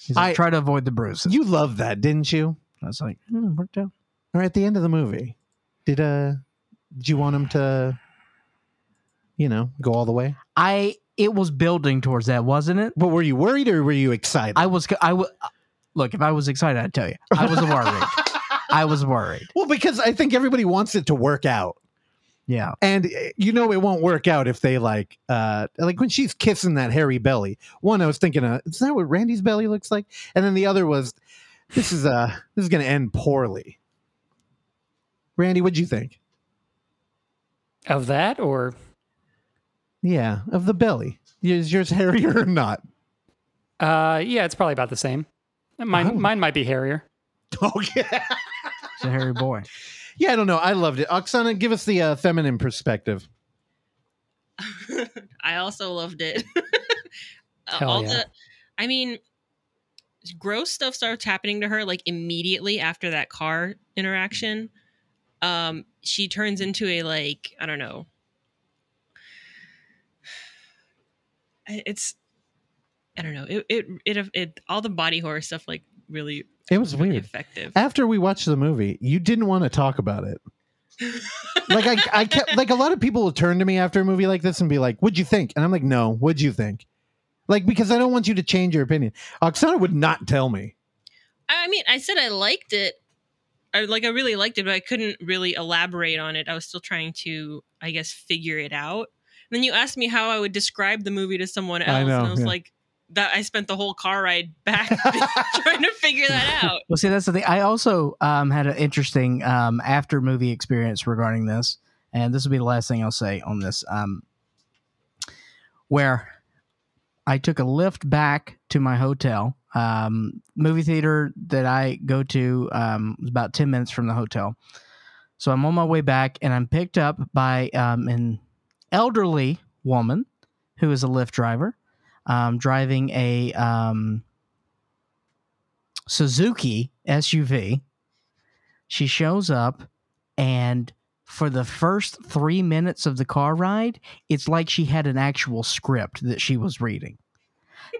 A: He's like,
B: I-
A: try to avoid the bruises.
B: you loved that, didn't you?
A: I was like, hmm, worked out.
B: Or at the end of the movie, did uh, did you want him to, you know, go all the way?
A: I it was building towards that, wasn't it?
B: But were you worried or were you excited?
A: I was. I w- uh, look. If I was excited, I'd tell you. I was worried. I was worried.
B: Well, because I think everybody wants it to work out.
A: Yeah.
B: And uh, you know it won't work out if they like uh like when she's kissing that hairy belly. One I was thinking uh, is that what Randy's belly looks like? And then the other was this is uh this is going to end poorly. Randy, what'd you think?
C: Of that or
B: Yeah, of the belly. Is yours hairier or not?
C: uh yeah, it's probably about the same. Mine
B: Oh.
C: mine might be hairier.
B: Oh yeah.
A: It's a hairy boy.
B: Yeah, I don't know. I loved it. Oksana, give us the uh, feminine perspective.
D: I also loved it. Uh,
C: Hell
D: all
C: yeah.
D: the, I mean, gross stuff starts happening to her like immediately after that car interaction. Um, she turns into a like I don't know. I- It's I don't know. It it it, it all the body horror stuff like really
B: It was
D: really
B: weird.
D: effective.
B: after we watched the movie, you didn't want to talk about it. like I, I kept like a lot of people will turn to me after a movie like this and be like, "What'd you think?" And I'm like, "No, what'd you think?" Like because I don't want you to change your opinion. Oksana would not tell me.
D: I mean, I said I liked it. I like I really liked it, but I couldn't really elaborate on it. I was still trying to, I guess, figure it out. And then you asked me how I would describe the movie to someone else,
B: I know,
D: and I was
B: yeah.
D: like, that I spent the whole car ride back trying to figure that out.
A: Well, see, that's the thing. I also um, had an interesting um, after movie experience regarding this, and this will be the last thing I'll say on this. Um, where I took a lift back to my hotel um, movie theater that I go to um, was about ten minutes from the hotel. So I'm on my way back, and I'm picked up by um, an elderly woman who is a Lyft driver, um, driving a. Um, Suzuki SUV. She shows up, and for the first three minutes of the car ride, it's like she had an actual script that she was reading.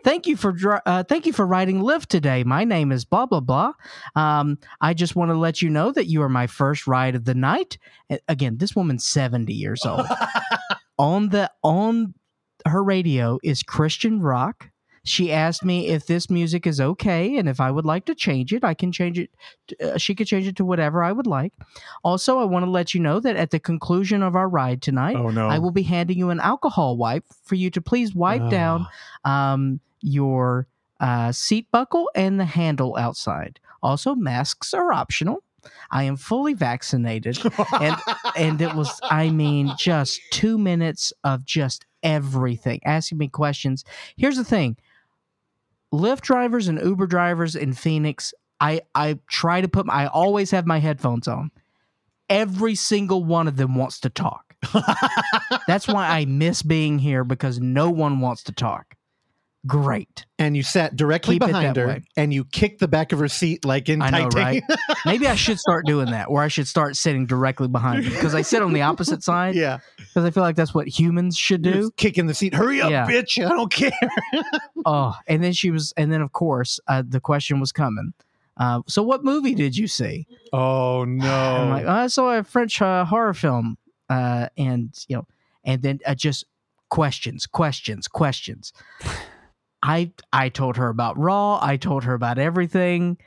A: Thank you for dri- uh, thank you for riding Lyft today. My name is blah blah blah. Um, I just want to let you know that you are my first ride of the night. A- Again, this woman's seventy years old. on the on her radio is Christian rock. She asked me if this music is okay and if I would like to change it. I can change it. Uh, she could change it to whatever I would like. Also, I want to let you know that at the conclusion of our ride tonight,
B: Oh, no.
A: I will be handing you an alcohol wipe for you to please wipe
B: Oh.
A: down um, your uh, seat buckle and the handle outside. Also, masks are optional. I am fully vaccinated and and it was i mean just two minutes of just everything asking me questions here's the thing lyft drivers and uber drivers in phoenix i i try to put my, i always have my headphones on every single one of them wants to talk that's why i miss being here because no one wants to talk great
B: and you sat directly
A: Keep it
B: behind
A: that
B: her
A: way.
B: and you kicked the back of her seat like in
A: I know,
B: Titanic.
A: maybe i should start doing that or i should start sitting directly behind them because i sit on the opposite side
B: yeah,
A: because i feel like that's what humans should do
B: You're kicking the seat. Hurry up,
A: Yeah.
B: bitch! I don't care.
A: oh, and then she was, and then of course uh, the question was coming. Uh, so, what movie did you see?
B: Oh
A: I'm
B: no!
A: like, I saw a French uh, horror film, uh, and you know, and then uh, just questions, questions, questions. I I told her about Raw. I told her about everything.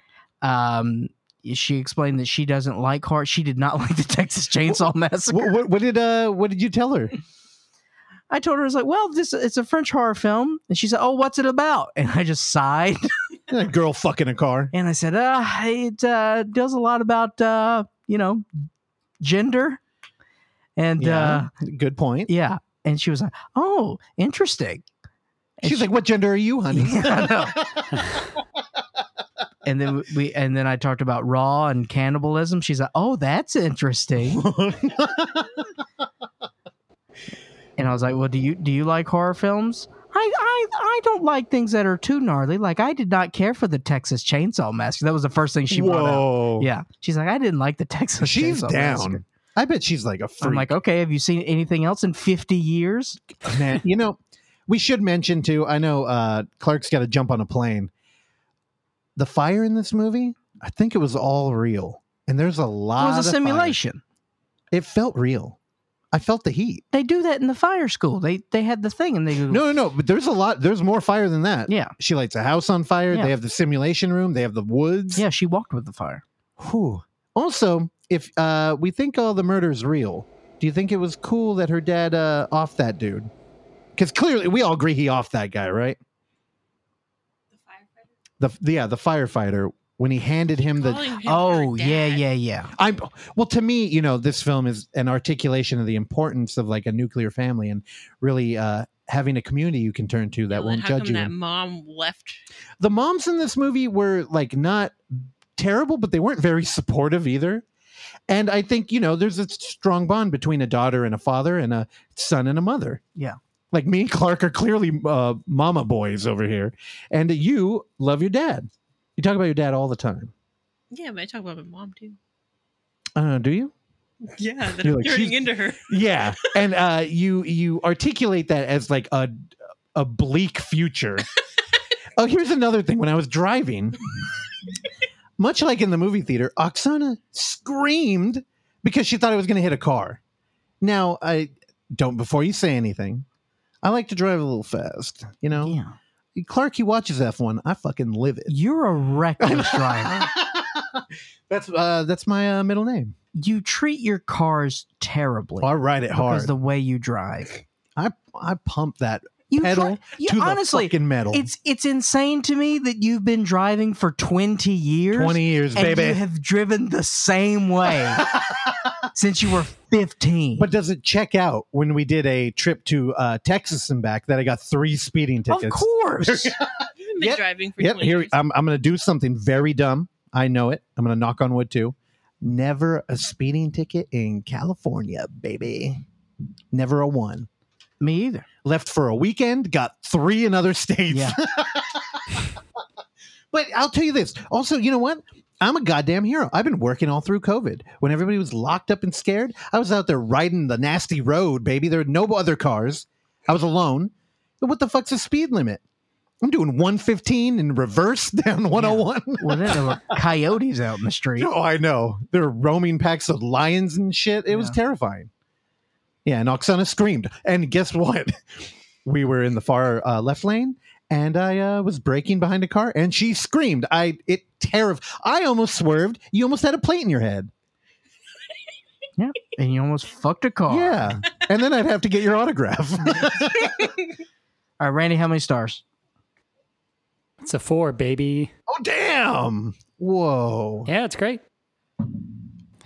A: Um, she explained that she doesn't like horror. She did not like the Texas Chainsaw Massacre.
B: what, what, what did uh? What did you tell her?
A: I told her I was like, well, this it's a French horror film, and she said, oh, what's it about? And I just sighed.
B: That girl fucking a car.
A: and I said, uh, it uh, does a lot about uh, you know gender, and uh,
B: good point.
A: yeah. And she was like, "Oh, interesting." And
B: She's
A: she-
B: like, "What gender are you, honey?"
A: Yeah, I know. and then we and then I talked about raw and cannibalism. She's like, "Oh, that's interesting." and I was like, "Well, do you do you like horror films?" I, I I don't like things that are too gnarly. Like I did not care for the Texas Chainsaw Massacre. That was the first thing she brought
B: Whoa.
A: up. Yeah, she's like, "I didn't like the Texas
B: She's
A: Chainsaw
B: down.
A: Massacre."
B: I bet she's like a freak.
A: I'm like, okay, have you seen anything else in 50 years?
B: Man, you know, we should mention too. I know uh, Clark's got to jump on a plane. The fire in this movie, I think it was all real, and there's a
A: was
B: lot.
A: a
B: of Ah, fire.
A: simulation.
B: It felt real. I felt the heat.
A: They do that in the fire school. They they had the thing and they go,
B: No, no, no. But there's a lot. There's more fire than that.
A: Mm. Yeah.
B: She lights a house on fire.
A: Yeah.
B: They have the simulation room. They have the woods.
A: yeah, she walked with the fire.
B: Whew. Also, if uh, we think all the murder's real, do you think it was cool that her dad uh, off that dude? Because clearly, we all agree he off that guy, right? The firefighter. The yeah, the firefighter when he handed him the.
D: Calling him
A: Oh,
D: her
A: yeah,
D: dad.
A: yeah, yeah.
B: I'm well to me, you know, this film is an articulation of the importance of like a nuclear family and really uh, having a community you can turn to that
D: And then
B: won't
D: how
B: judge
D: come
B: you.
D: That
B: and-
D: mom left.
B: the moms in this movie were like not terrible, but they weren't very supportive either. And I think, you know, there's a strong bond between a daughter and a father and a son and a mother.
A: Yeah.
B: Like me and Clark are clearly uh, mama boys over here. And you love your dad. You talk about your dad all the time.
D: Yeah, but I talk about my mom too.
B: Uh, do you?
D: Yeah, that
B: You're
D: I'm
B: like,
D: turning
B: she's-
D: into her.
B: Yeah. And uh, you you articulate that as like a a bleak future. oh, here's another thing. When I was driving, much like in the movie theater, Oksana screamed because she thought I was going to hit a car. Now, I don't. Before you say anything, I like to drive a little fast. You know,
A: Yeah.
B: Clark, he watches F one. I fucking live it.
A: You're a reckless driver.
B: That's uh, that's my uh, middle name.
A: You treat your cars terribly
B: I ride it
A: because
B: hard.
A: the way you drive.
B: I I pump that
A: You
B: pedal
A: dri- you-
B: to
A: honestly,
B: the fucking metal.
A: It's it's insane to me that you've been driving for 20 years.
B: 20 years,
A: and
B: baby.
A: you have driven the same way since you were 15.
B: But does it check out when we did a trip to uh, Texas and back that I got three speeding tickets?
A: of course.
D: You've been
B: Yep.
D: driving for
B: Yep.
D: 20
B: Here
D: years.
B: I'm. I'm going to do something very dumb. I know it. I'm going to knock on wood too. Never a speeding ticket in California, baby. Never a one.
A: me either.
B: Left for a weekend. Got three in other states.
A: Yeah.
B: But I'll tell you this. Also, you know what? I'm a goddamn hero. I've been working all through COVID. When everybody was locked up and scared, I was out there riding the nasty road, baby. There were no other cars. I was alone. And what the fuck's the speed limit? I'm doing 115 in reverse down 101.
A: Well, then there were coyotes out in the street.
B: Oh, I know. There were roaming packs of lions and shit. It was
A: Yeah.
B: terrifying. Yeah, and Oksana screamed. And guess what? We were in the far uh, left lane, and I uh, was braking behind a car, and she screamed. I it terrified. I almost swerved. You almost had a plate in your head.
A: Yeah. And you almost fucked a car.
B: Yeah, and then I'd have to get your autograph.
A: All right, Randy, how many stars?
C: It's a four, baby.
B: oh damn! Whoa!
C: Yeah, it's great.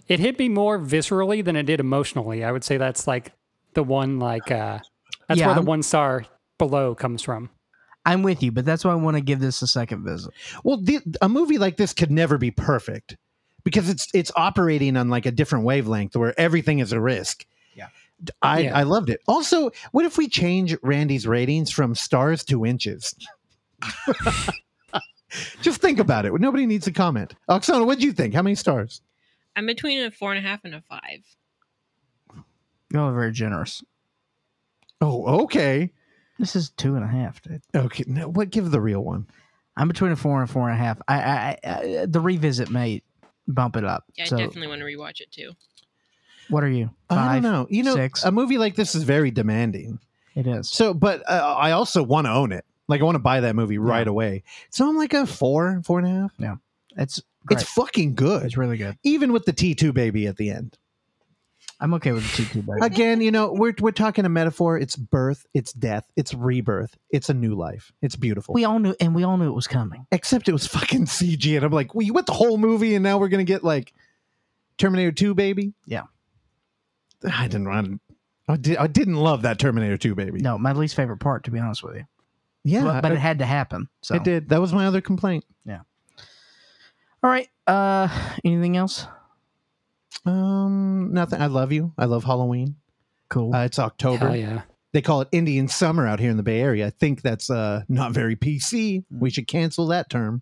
C: It hit me more viscerally than it did emotionally. I would say that's like the one like uh that's
A: Yeah,
C: where the
A: I'm-
C: one star below comes from.
A: I'm with you, but that's why I want to give this a second visit.
B: Well, the, a movie like this could never be perfect because it's it's operating on like a different wavelength where everything is a risk.
A: Yeah.
B: D- I,
C: Yeah.
B: I loved it. Also, what if we change Randy's ratings from stars to inches? Just think about it. Nobody needs to comment. Oksana, what'd you think? How many stars?
D: I'm between a four and a half and a five.
A: Y'all are very generous.
B: Oh, okay.
A: This is two and a half, dude.
B: Okay. Now, what give the real one?
A: I'm between a four and a four and a half. I, I, I I- the revisit may bump it up.
D: Yeah,
A: so,
D: I definitely want to rewatch it too.
A: what are you? Five.
B: I don't know. You know,
A: six.
B: a movie like this is very demanding.
A: It is.
B: So, but uh, I also want to own it. Like, I want to buy that movie right
A: Yeah.
B: away. So I'm like a four, four and a half.
A: It's
B: It's fucking good,
A: it's really good.
B: even with the T2 baby at the end.
A: I'm okay with the two two baby.
B: Again, you know, we're, we're talking a metaphor. It's birth, it's death, it's rebirth, it's a new life. It's beautiful.
A: We all knew, and we all knew it was coming.
B: Except it was fucking CG. And I'm like, well, you went the whole movie and now we're going to get like Terminator 2 baby?
A: Yeah.
B: I didn't run. I, did, I didn't love that Terminator 2 baby.
A: No, my least favorite part, to be honest with you.
B: Yeah.
A: but, but
B: I-
A: it had to happen. So
B: I did. That was my other complaint.
A: All right. Uh, anything else?
B: Um, nothing. I love you. I love Halloween.
A: Cool.
B: Uh, it's October.
C: Hell yeah.
B: They call it Indian summer out here in the Bay Area. I think that's uh not very PC. We should cancel that term.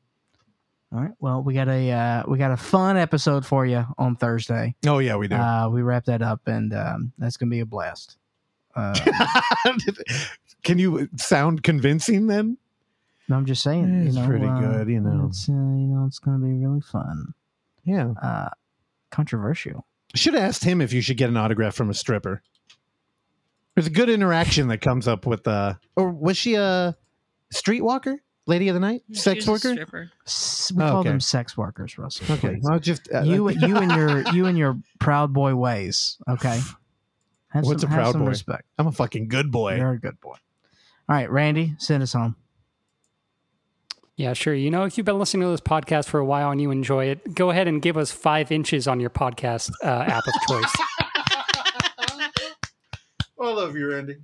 A: All right. Well, we got a uh, we got a fun episode for you on Thursday.
B: Oh yeah, we do.
A: Uh, we wrap that up, and um, that's gonna be a blast. Uh,
B: Can you sound convincing then?
A: I'm just saying,
B: It's
A: you know,
B: pretty
A: uh,
B: good, you know.
A: It's uh, you know, it's gonna be really fun.
B: Yeah.
A: Uh, controversial.
B: Should have asked him if you should get an autograph from a stripper. There's a good interaction that comes up with uh or was she a streetwalker? Lady of the night?
D: She
B: Sex
D: was a
B: worker?
D: stripper.
A: S- We
B: Oh,
A: call
B: okay.
A: them sex workers, Russell.
B: Okay.
A: please.
B: Well, just uh,
A: you, you and your you and your proud boy ways. Okay. Have
B: What's
A: some-
B: a
A: have
B: proud
A: some
B: boy?
A: Respect.
B: I'm a fucking good boy.
A: You're a good boy. All right, Randy, send us home.
C: Yeah, sure. You know, if you've been listening to this podcast for a while and you enjoy it, go ahead and give us five inches on your podcast uh, app of choice.
B: I love you, Randy.